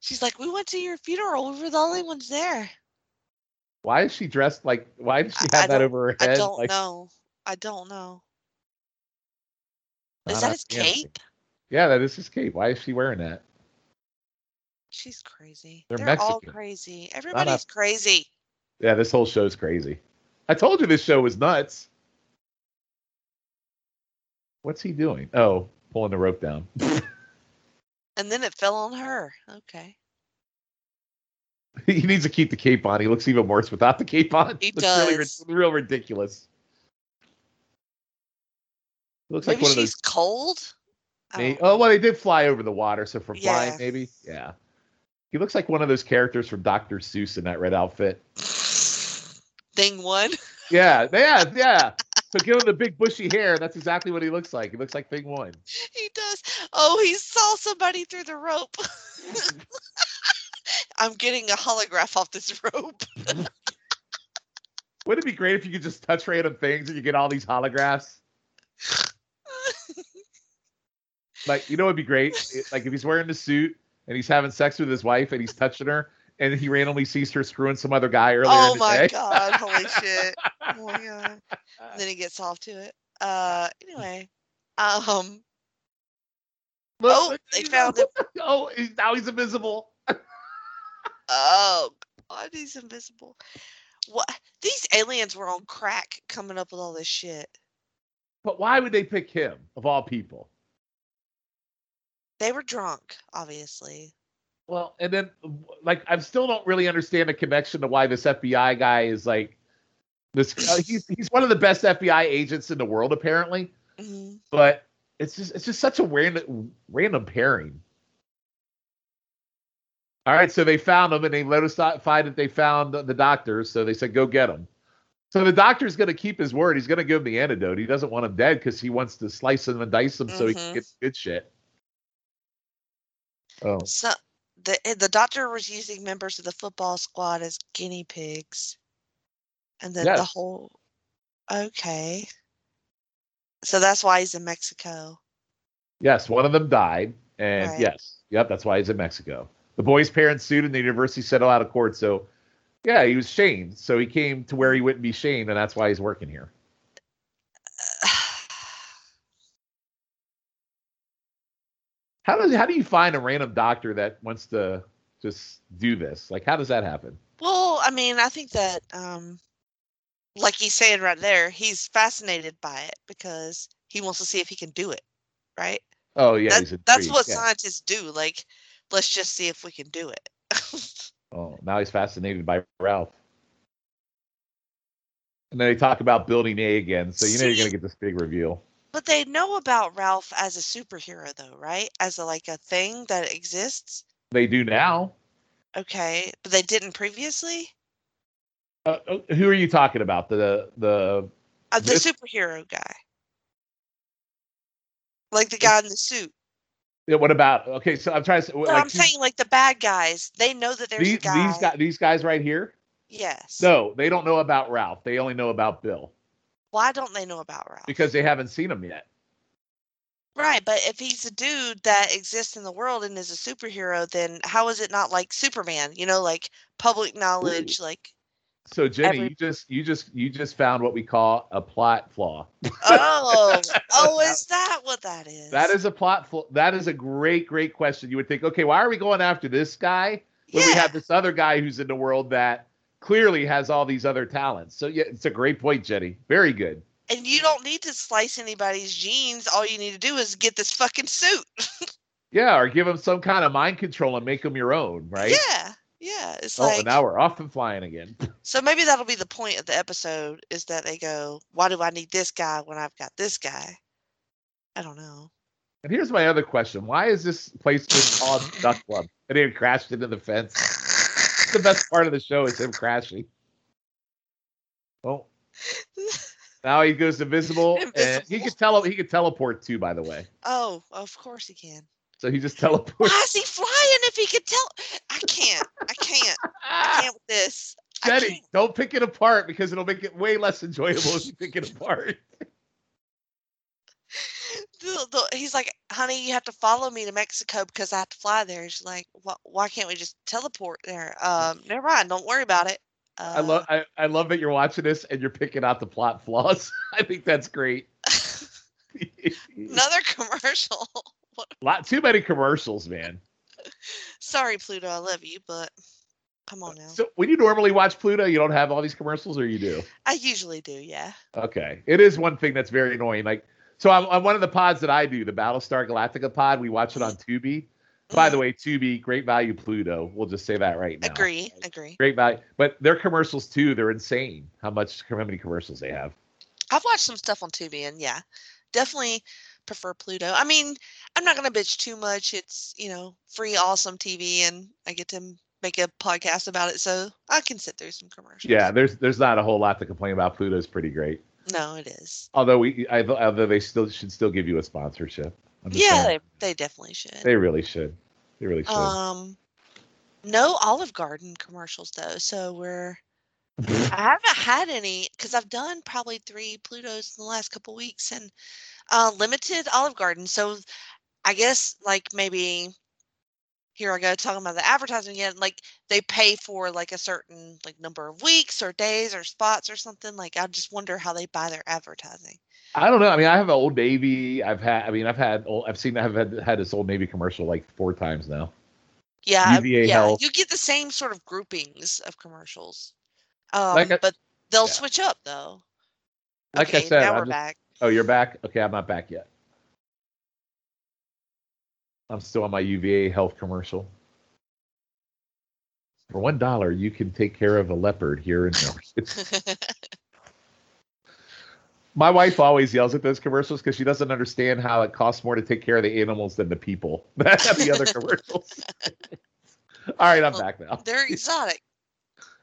Speaker 2: She's like, we went to your funeral. We were the only ones there.
Speaker 3: Why is she dressed like? Why does she
Speaker 2: I- I
Speaker 3: have that
Speaker 2: don't-
Speaker 3: over her head?
Speaker 2: I don't
Speaker 3: like,
Speaker 2: know. I don't know. Is
Speaker 3: not
Speaker 2: that
Speaker 3: on
Speaker 2: his
Speaker 3: camera?
Speaker 2: cape?
Speaker 3: Yeah, that is his cape. Why is she wearing that?
Speaker 2: She's crazy.
Speaker 3: They're
Speaker 2: all
Speaker 3: Mexican.
Speaker 2: crazy. Everybody's
Speaker 3: us.
Speaker 2: crazy.
Speaker 3: Yeah, this whole show's crazy. I told you this show was nuts. What's he doing? Oh, pulling the rope down.
Speaker 2: And then it fell on her. Okay.
Speaker 3: he needs to keep the cape on. He looks even worse without the cape on.
Speaker 2: He
Speaker 3: It's really
Speaker 2: does.
Speaker 3: rid- real ridiculous. Looks
Speaker 2: Maybe
Speaker 3: like one of
Speaker 2: she's
Speaker 3: those.
Speaker 2: cold. I
Speaker 3: May-
Speaker 2: don't know.
Speaker 3: oh well, they did fly over the water, so from
Speaker 2: Yeah.
Speaker 3: flying, maybe. Yeah. He looks like one of those characters from Dr. Seuss in that red outfit.
Speaker 2: Thing one.
Speaker 3: Yeah, yeah, yeah. So give him the big bushy hair. That's exactly what he looks like. He looks like Thing One.
Speaker 2: He does. Oh, he saw somebody through the rope. I'm getting a holograph off this rope.
Speaker 3: Wouldn't it be great if you could just touch random things and you get all these holographs? Like, you know, it'd be great. It- like, if he's wearing the suit and he's having sex with his wife and he's touching her, and he randomly sees her screwing some other guy earlier.
Speaker 2: oh
Speaker 3: in the
Speaker 2: my
Speaker 3: day.
Speaker 2: god! Holy shit! Oh my god! And then he gets off to it. Uh, anyway, um,
Speaker 3: Look,
Speaker 2: Oh,
Speaker 3: look,
Speaker 2: they
Speaker 3: he's-
Speaker 2: found him.
Speaker 3: Oh, he's, now he's invisible.
Speaker 2: oh god, he's invisible. What? These aliens were on crack coming up with all this shit.
Speaker 3: But why would they pick him of all people?
Speaker 2: They were drunk, obviously.
Speaker 3: Well, and then like I still don't really understand the connection to why this FBI guy is like this. uh, he's he's one of the best FBI agents in the world apparently,
Speaker 2: Mhm.
Speaker 3: but it's just it's just such a random random pairing. All right, so they found him and they notified that they found the doctor, so they said go get him. So the doctor's going to keep his word. He's going to give him the antidote. He doesn't want him dead because he wants to slice him and dice him so he
Speaker 2: Mhm.
Speaker 3: can get good shit. Oh,
Speaker 2: So the eh, the doctor was using members of the football squad as guinea pigs, and then the
Speaker 3: Yes.
Speaker 2: whole. Okay. So that's why he's in Mexico.
Speaker 3: Yes, one of them died, and
Speaker 2: Right.
Speaker 3: yes, yep, that's why he's in Mexico. The boy's parents sued, and the university settled out of court. So, yeah, he was shamed. So he came to where he wouldn't be shamed, and that's why he's working here. How does how do you find a random doctor that wants to just do this? Like, how does that happen?
Speaker 2: Well, I mean, I think that, um, like he's saying right there, he's fascinated by it because he wants to see if he can do it, right?
Speaker 3: Oh yeah,
Speaker 2: That-
Speaker 3: he's intrigued.
Speaker 2: that's what
Speaker 3: yeah.
Speaker 2: scientists do. Like, let's just see if we can do it.
Speaker 3: Oh, now he's fascinated by Ralph. And then they talk about building A again. So you know you're gonna get this big reveal.
Speaker 2: But they know about Ralph as a superhero, though, right? As a, like a thing that exists.
Speaker 3: They do now.
Speaker 2: Okay, but they didn't previously.
Speaker 3: Uh, who are you talking about? The the
Speaker 2: Uh, the
Speaker 3: This-
Speaker 2: superhero guy, like the guy in the suit.
Speaker 3: yeah, what about? Okay, so I'm trying to.
Speaker 2: No,
Speaker 3: like,
Speaker 2: I'm saying like the bad guys. They know that there's
Speaker 3: these
Speaker 2: a guy.
Speaker 3: these guys these guys right here.
Speaker 2: yes.
Speaker 3: No, they don't know about Ralph. They only know about Bill
Speaker 2: Why don't they know about Ralph?
Speaker 3: because they haven't seen him yet.
Speaker 2: Right, but if he's a dude that exists in the world and is a superhero, then how is it not like Superman? You know, like public knowledge. Like,
Speaker 3: So Jenny,
Speaker 2: Every-
Speaker 3: you just you just you just found what we call a plot flaw.
Speaker 2: oh, oh, is that what that is?
Speaker 3: That is a plot flaw. That is a great great question. You would think, okay, why are we going after this guy when we
Speaker 2: Yeah.
Speaker 3: have this other guy who's in the world that clearly has all these other talents? So yeah, it's a great point, Jenny. Very good.
Speaker 2: and you don't need to slice anybody's jeans. All you need to do is get this fucking suit.
Speaker 3: Yeah, or give him some kind of mind control and make him your own, right?
Speaker 2: Yeah, yeah. It's
Speaker 3: Oh,
Speaker 2: like
Speaker 3: and now we're off and flying again.
Speaker 2: So maybe that'll be the point of the episode is that they go, why do I need this guy when I've got this guy? I don't know.
Speaker 3: And here's my other question: Why is this place just called Duck Club? And it crashed into the fence. the best part of the show is him crashing. Oh. Now he goes invisible, and he could tele- he could teleport too, by the way.
Speaker 2: Oh, of course he can.
Speaker 3: So he just
Speaker 2: Why
Speaker 3: teleports.
Speaker 2: is he flying if he could tell? I can't. I can't. I can't with this. I
Speaker 3: Jenny,
Speaker 2: can't.
Speaker 3: don't pick it apart because it'll make it way less enjoyable if you pick it apart.
Speaker 2: The- the- He's like, honey, you have to follow me to Mexico because I have to fly there. She's like, why, why can't we just teleport there? Um, never mind. Don't worry about it. Uh,
Speaker 3: I love I, I love that you're watching this and you're picking out the plot flaws. I think that's great.
Speaker 2: another commercial.
Speaker 3: Lot too many commercials, man.
Speaker 2: Sorry, Pluto. I love you, but come on now.
Speaker 3: Uh, So when you normally watch Pluto, you don't have all these commercials, or you do?
Speaker 2: I usually do, yeah.
Speaker 3: Okay. It is one thing that's very annoying. Like, so I'm, I'm one of the pods that I do, the Battlestar Galactica pod. We watch it on Tubi.
Speaker 2: Mm-hmm.
Speaker 3: By the way, Tubi, great value Pluto. We'll just say that right now.
Speaker 2: Agree, agree.
Speaker 3: Great value. But their commercials too, they're insane. How much how many commercials they have.
Speaker 2: I've watched some stuff on Tubi, and yeah, definitely prefer Pluto. I mean, I'm not gonna bitch too much. It's you know free, awesome TV, and I get to make a podcast about it, so I can sit through some commercials.
Speaker 3: Yeah, there's there's not a whole lot to complain about. Pluto's pretty great.
Speaker 2: no, it is.
Speaker 3: Although we I, although they still should still give you a sponsorship. I'm just
Speaker 2: Yeah,
Speaker 3: saying.
Speaker 2: they, they definitely should.
Speaker 3: they, really should. They really should.
Speaker 2: um, no Olive Garden commercials though, so we're. I haven't had any because I've done probably three Plutos in the last couple weeks and uh, limited Olive Garden. So I guess like maybe here I go talking about the advertising again. Like they pay for like a certain like number of weeks or days or spots or something. Like I just wonder how they buy their advertising.
Speaker 3: I don't know. I mean, I have an Old Navy. I've had. I mean, I've had. Old, I've seen. I've had, had this Old Navy commercial like four times now.
Speaker 2: Yeah,
Speaker 3: UVA
Speaker 2: yeah.
Speaker 3: Health.
Speaker 2: You get the same sort of groupings of commercials, um,
Speaker 3: Like I-
Speaker 2: but they'll
Speaker 3: yeah.
Speaker 2: switch up though.
Speaker 3: Like I
Speaker 2: okay,
Speaker 3: said,
Speaker 2: now
Speaker 3: I'm
Speaker 2: we're
Speaker 3: just-
Speaker 2: back.
Speaker 3: Oh, you're back. Okay, I'm not back yet. I'm still on my UVA health commercial. For one dollar, you can take care of a leopard here and there. My wife always yells at those commercials because she doesn't understand how it costs more to take care of the animals than the people. the other commercials. All right, I'm back now.
Speaker 2: They're exotic.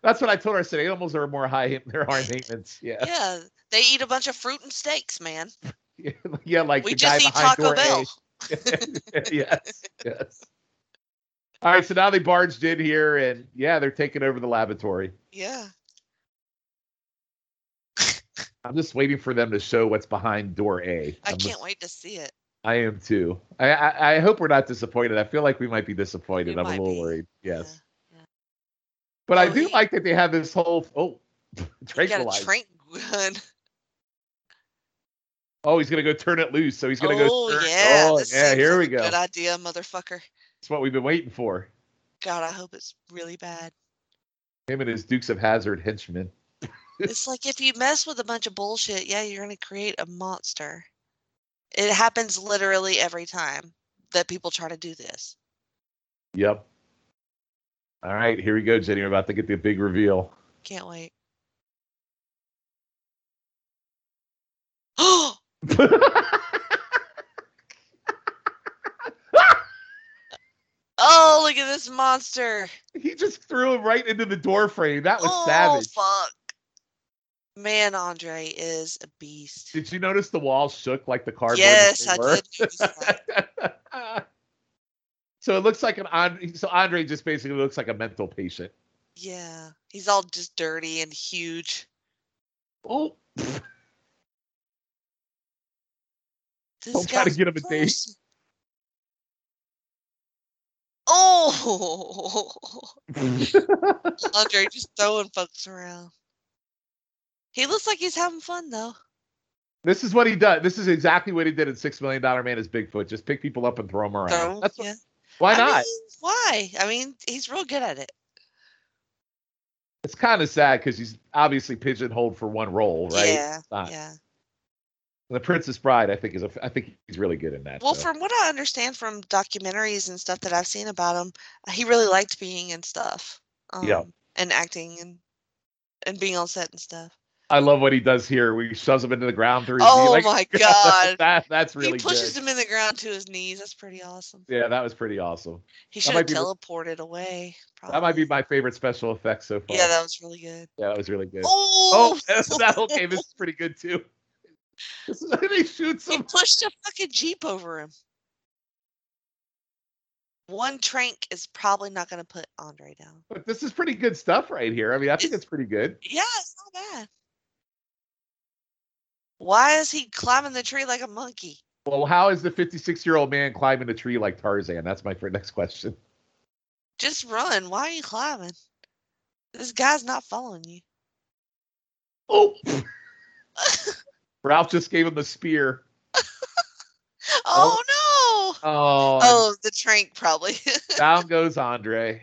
Speaker 3: That's what I told her. I said animals are more high. They're high maintenance. Yeah,
Speaker 2: yeah, they eat a bunch of fruit and steaks, man.
Speaker 3: yeah, like
Speaker 2: we
Speaker 3: the guy
Speaker 2: just eat
Speaker 3: behind
Speaker 2: Taco
Speaker 3: door A.
Speaker 2: Bell.
Speaker 3: yes, yes. All right, so now they barged in here, and yeah, they're taking over the laboratory.
Speaker 2: Yeah.
Speaker 3: I'm just waiting for them to show what's behind door A.
Speaker 2: I
Speaker 3: I'm
Speaker 2: can't
Speaker 3: just-
Speaker 2: wait to see it.
Speaker 3: I am too. I, I I hope we're not disappointed. I feel like we might be disappointed.
Speaker 2: We
Speaker 3: I'm a
Speaker 2: might
Speaker 3: little
Speaker 2: be.
Speaker 3: worried. Yes,
Speaker 2: Yeah.
Speaker 3: but I
Speaker 2: Oh,
Speaker 3: do
Speaker 2: he-
Speaker 3: like that they have this whole oh
Speaker 2: You got a
Speaker 3: tranquilize.
Speaker 2: trank gun.
Speaker 3: oh, he's gonna go turn it loose. So he's gonna
Speaker 2: oh,
Speaker 3: go. turn-
Speaker 2: yeah.
Speaker 3: oh,
Speaker 2: this
Speaker 3: yeah.
Speaker 2: seems
Speaker 3: Here
Speaker 2: like
Speaker 3: we
Speaker 2: a
Speaker 3: go.
Speaker 2: Good idea, motherfucker.
Speaker 3: That's what we've been waiting for.
Speaker 2: God, I hope it's really bad.
Speaker 3: Him and his Dukes of Hazard henchmen.
Speaker 2: It's like if you mess with a bunch of bullshit, yeah, you're going to create a monster. It happens literally every time that people try to do this.
Speaker 3: Yep. All right, here we go, Jenny. We're about to get the big reveal.
Speaker 2: Can't wait. Oh, oh, look at this monster.
Speaker 3: he just threw him right into the door frame. That was
Speaker 2: oh,
Speaker 3: savage.
Speaker 2: fuck. Man, Andre is a beast.
Speaker 3: Did you notice the walls shook like the cardboard? that
Speaker 2: Yes,
Speaker 3: they
Speaker 2: I
Speaker 3: were?
Speaker 2: did. notice that.
Speaker 3: so it looks like an Andre. So Andre just basically looks like a mental patient.
Speaker 2: Yeah, he's all just dirty and huge.
Speaker 3: Oh,
Speaker 2: This
Speaker 3: Don't try to
Speaker 2: guy's
Speaker 3: get him a date.
Speaker 2: gross. Oh, Andre just throwing folks around. He looks like he's having fun though.
Speaker 3: this is what he does. This is exactly what he did in Six Million Dollar Man is Bigfoot. Just pick people up and throw them around.
Speaker 2: So,
Speaker 3: That's what,
Speaker 2: yeah.
Speaker 3: why
Speaker 2: I
Speaker 3: not?
Speaker 2: mean, why? I mean, he's real good at it.
Speaker 3: it's kind of sad because he's obviously pigeonholed for one role, right?
Speaker 2: Yeah,
Speaker 3: It's not-
Speaker 2: yeah.
Speaker 3: The Princess Bride, I think, is a. I think he's really good in that.
Speaker 2: Well,
Speaker 3: so.
Speaker 2: from what I understand from documentaries and stuff that I've seen about him, uh, he really liked being in stuff. Um,
Speaker 3: Yeah.
Speaker 2: And acting and and being on set and stuff.
Speaker 3: I love what he does here. We shoves him into the ground through. his knee,
Speaker 2: Oh
Speaker 3: like-
Speaker 2: my God.
Speaker 3: that that's really
Speaker 2: he pushes
Speaker 3: good.
Speaker 2: him in the ground to his knees. That's pretty awesome.
Speaker 3: Yeah, that was pretty awesome.
Speaker 2: He
Speaker 3: that
Speaker 2: should
Speaker 3: might
Speaker 2: have
Speaker 3: be the-
Speaker 2: teleported away. Probably.
Speaker 3: That might be my favorite special effect so far.
Speaker 2: Yeah, that was really good.
Speaker 3: Yeah, that was really good.
Speaker 2: Oh,
Speaker 3: Oh, that okay. This is pretty good too. This is- he shoots
Speaker 2: he
Speaker 3: him.
Speaker 2: pushed a fucking jeep over him. One trank is probably not going to put Andre down.
Speaker 3: But this is pretty good stuff right here. I mean, I think it's pretty good.
Speaker 2: Yeah, it's not bad. Why is he climbing the tree like a monkey?
Speaker 3: Well, how is the 56 year old man climbing a tree like Tarzan? That's my fir- next question.
Speaker 2: Just run. Why are you climbing? This guy's not following you.
Speaker 3: Oh, Ralph just gave him the spear.
Speaker 2: Oh, no.
Speaker 3: Oh, and
Speaker 2: Oh, the trank probably.
Speaker 3: down goes Andre.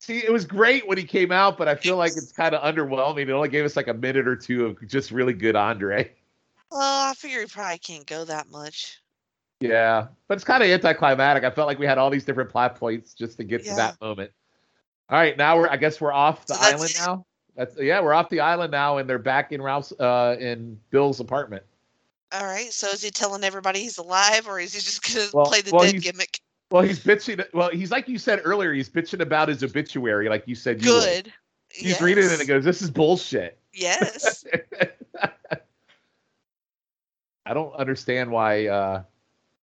Speaker 3: See, it was great when he came out, but I feel like it's kind of underwhelming. It only gave us like a minute or two of just really good Andre.
Speaker 2: oh, I figure he probably can't go that much.
Speaker 3: Yeah, but it's kind of anticlimactic. I felt like we had all these different plot points just to get
Speaker 2: Yeah.
Speaker 3: to that moment. All right, now we're I guess we're off the
Speaker 2: So that's
Speaker 3: island
Speaker 2: it.
Speaker 3: now. That's yeah, we're off the island now, and they're back in Ralph's uh in Bill's apartment.
Speaker 2: All right. So is he telling everybody he's alive or is he just going to
Speaker 3: Well-
Speaker 2: play the
Speaker 3: well,
Speaker 2: dead
Speaker 3: he's-
Speaker 2: gimmick?
Speaker 3: Well, he's bitching. Well, he's like you said earlier. He's bitching about his obituary, like you said. You would.
Speaker 2: Good.
Speaker 3: He's reading it
Speaker 2: Yes.
Speaker 3: and goes, "This is bullshit."
Speaker 2: Yes.
Speaker 3: I don't understand why. uh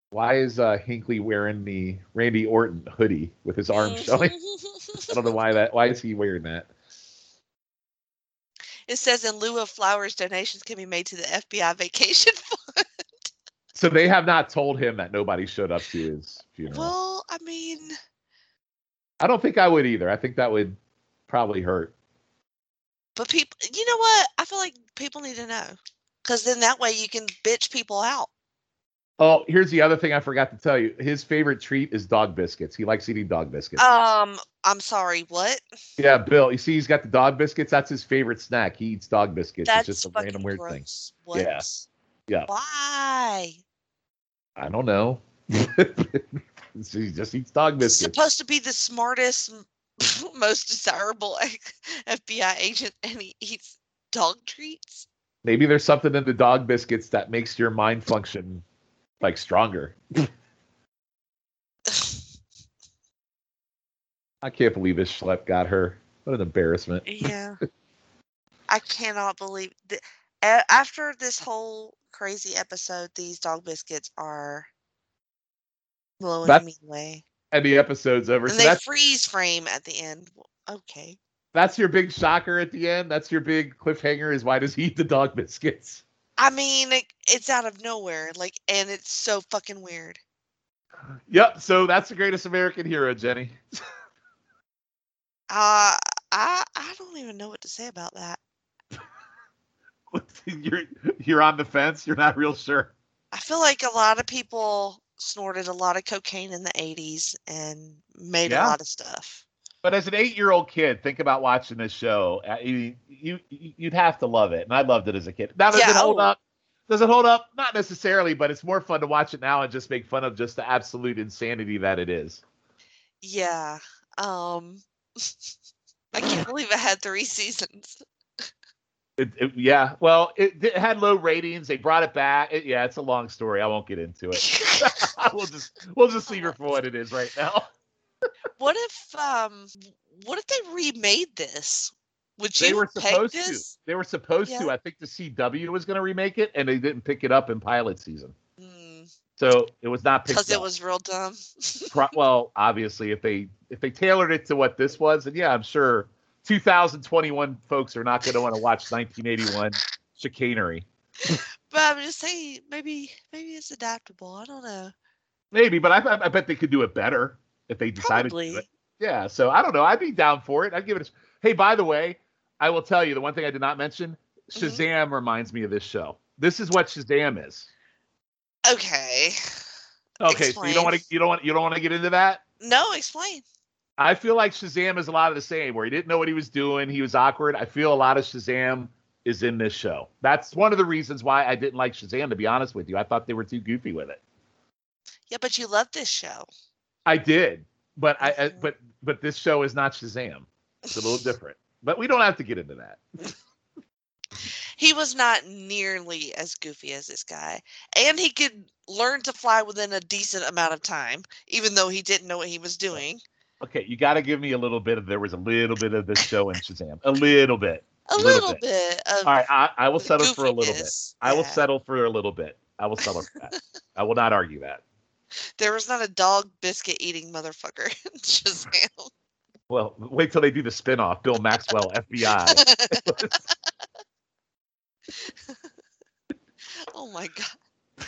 Speaker 3: Why is uh Hinkley wearing the Randy Orton hoodie with his arm showing? I don't know why that. Why is he wearing that?
Speaker 2: It says in lieu of flowers, donations can be made to the FBI vacation fund.
Speaker 3: So they have not told him that nobody showed up to his funeral.
Speaker 2: Well, I mean,
Speaker 3: I don't think I would either. I think that would probably hurt.
Speaker 2: but people, you know what? I feel like people need to know because then that way you can bitch people out.
Speaker 3: Oh, here's the other thing I forgot to tell you. His favorite treat is dog biscuits. He likes eating dog biscuits.
Speaker 2: Um, I'm sorry, what?
Speaker 3: yeah, Bill. You see, he's got the dog biscuits. That's his favorite snack. He eats dog biscuits.
Speaker 2: That's
Speaker 3: it's just a
Speaker 2: fucking
Speaker 3: random weird thing.
Speaker 2: gross. What?
Speaker 3: Yeah. Yeah.
Speaker 2: Why?
Speaker 3: I don't know. he just eats dog
Speaker 2: He's
Speaker 3: biscuits.
Speaker 2: supposed to be the smartest, m- most desirable FBI agent, and he eats dog treats.
Speaker 3: Maybe there's something in the dog biscuits that makes your mind function like stronger. I can't believe this schlep got her. What an embarrassment.
Speaker 2: Yeah. I cannot believe th- a- after this whole crazy episode, these dog biscuits are blowing
Speaker 3: That's-
Speaker 2: me away.
Speaker 3: And the episode's over.
Speaker 2: And
Speaker 3: So
Speaker 2: they
Speaker 3: that's
Speaker 2: freeze frame at the end. W- Okay.
Speaker 3: that's your big shocker at the end. That's your big cliffhanger is why does he eat the dog biscuits?
Speaker 2: I mean, it, it's out of nowhere, like, and it's so fucking weird.
Speaker 3: Yep. So that's the greatest American hero, Jenny.
Speaker 2: Uh, I I don't even know what to say about that.
Speaker 3: you're you're on the fence. You're not real sure.
Speaker 2: I feel like a lot of people snorted a lot of cocaine in the '80s and made a
Speaker 3: Yeah.
Speaker 2: lot of stuff.
Speaker 3: But as an eight-year-old kid, think about watching this show. Uh, You, you you'd have to love it, and I loved it as a kid. Now does it
Speaker 2: Yeah,
Speaker 3: hold
Speaker 2: oh.
Speaker 3: up? Does it hold up? Not necessarily, but it's more fun to watch it now and just make fun of just the absolute insanity that it is.
Speaker 2: Yeah. Um I can't believe it had three seasons.
Speaker 3: It, it- yeah. Well, it, it had low ratings. They brought it back. It- yeah, it's a long story. I won't get into it. we'll just we'll just leave it for what it is right now.
Speaker 2: what if um what if they remade this? Would you
Speaker 3: They were
Speaker 2: peg
Speaker 3: supposed to.
Speaker 2: this?
Speaker 3: They were supposed to.
Speaker 2: Yeah.
Speaker 3: I think the CW was going to remake it, and they didn't pick it up in pilot season.
Speaker 2: Because
Speaker 3: So it was not picked
Speaker 2: Hmm, it
Speaker 3: up.
Speaker 2: was real dumb.
Speaker 3: Pro- well, obviously, if they if they tailored it to what this was, and yeah, I'm sure 2021 folks are not going to want to watch 1981 chicanery.
Speaker 2: But I'm just saying, maybe maybe it's adaptable. I don't know.
Speaker 3: Maybe, but I, I- I bet they could do it better if they decided to
Speaker 2: Probably.
Speaker 3: do it. Yeah, so I don't know. I'd be down for it. I'd give it. A, sh- hey, by the way, I will tell you the one thing I did not mention.
Speaker 2: Mhm.
Speaker 3: Shazam reminds me of this show. This is what Shazam is.
Speaker 2: Okay.
Speaker 3: Okay, so you
Speaker 2: Explain.
Speaker 3: don't want to you don't want you don't want to get into that.
Speaker 2: No, explain.
Speaker 3: I feel like Shazam is a lot of the same, where he didn't know what he was doing, he was awkward. I feel a lot of Shazam is in this show. That's one of the reasons why I didn't like Shazam, to be honest with you. I thought they were too goofy with it.
Speaker 2: Yeah, but you love this show.
Speaker 3: I did, but I, I
Speaker 2: Mhm.
Speaker 3: but but this show is not Shazam. It's a little different. But we don't have to get into that.
Speaker 2: He was not nearly as goofy as this guy. And he could learn to fly within a decent amount of time, even though he didn't know what he was doing.
Speaker 3: Okay, you got to give me a little bit of there was a little bit of this show in Shazam, a little bit.
Speaker 2: A
Speaker 3: Little
Speaker 2: little,
Speaker 3: bit.
Speaker 2: bit. of
Speaker 3: All right, I, I will settle for a little bit.
Speaker 2: goofiness.
Speaker 3: I will
Speaker 2: Yeah.
Speaker 3: settle for a little bit. I will settle for that. I will not argue that.
Speaker 2: There was not a dog biscuit eating motherfucker in Shazam.
Speaker 3: Well, wait till they do the spinoff, Bill Maxwell, FBI.
Speaker 2: Oh my god.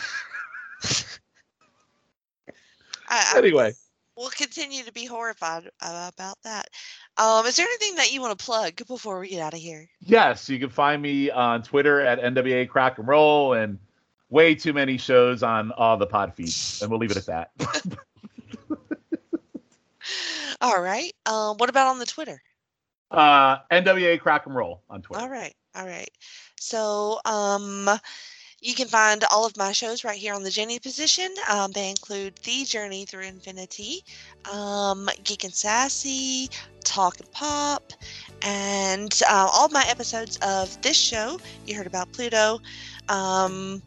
Speaker 2: I, I
Speaker 3: anyway,
Speaker 2: will continue to be horrified about that. Um, is there anything that you want to plug before we get out of here?
Speaker 3: yes, you can find me on Twitter at NWA Crock and Roll and way too many shows on all the pod feeds. And we'll leave it at that.
Speaker 2: All right. Um, what about on the Twitter?
Speaker 3: Uh, NWA Crock and Roll on Twitter.
Speaker 2: All right. All right. So, um, you can find all of my shows right here on the Journey position. Um, they include The Journey Through Infinity, um, Geek and Sassy, Talk and Pop, and uh, all my episodes of this show. You heard about Pluto, um,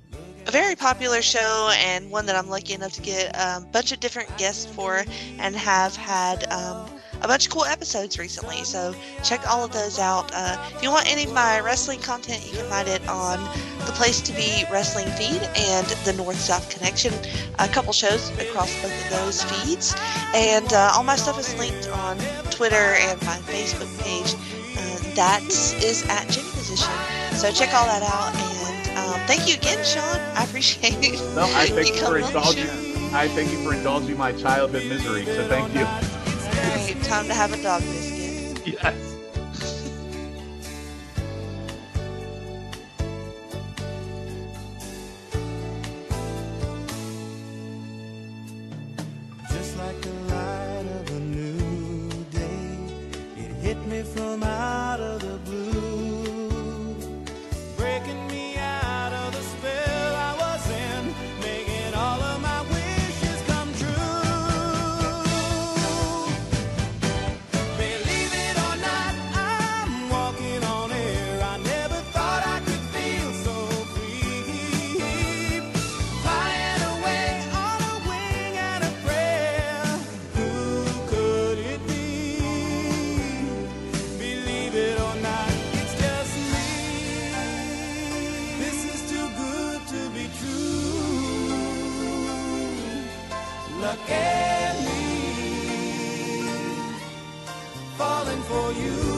Speaker 2: a very popular show, and one that I'm lucky enough to get um, a bunch of different guests for and have had. Um, a bunch of cool episodes recently, so check all of those out. Uh, if you want any of my wrestling content, you can find it on the Place to Be Wrestling feed and the North South Connection. A couple shows across both of those feeds. And uh, all my stuff is linked on Twitter and my Facebook page. Uh, that is at Jimmy Position. So check all that out. And um, thank you again, Sean. I appreciate it.
Speaker 3: No, I thank you
Speaker 2: You
Speaker 3: for
Speaker 2: come on the
Speaker 3: indulging.
Speaker 2: show.
Speaker 3: I thank you for indulging my childhood misery. So thank you.
Speaker 2: Great. Time to have a dog biscuit.
Speaker 3: Yes.
Speaker 1: Just like the light of a new day, it hit me from out of the blue, breaking me out of the spell I was in, making all of my wishes come true. Believe it or not, I'm walking on air. I never thought I could feel so free. Flying away on a wing and a prayer. Who could it be? Believe it or not, it's just me. This is too good to be true. Look at me, falling for you.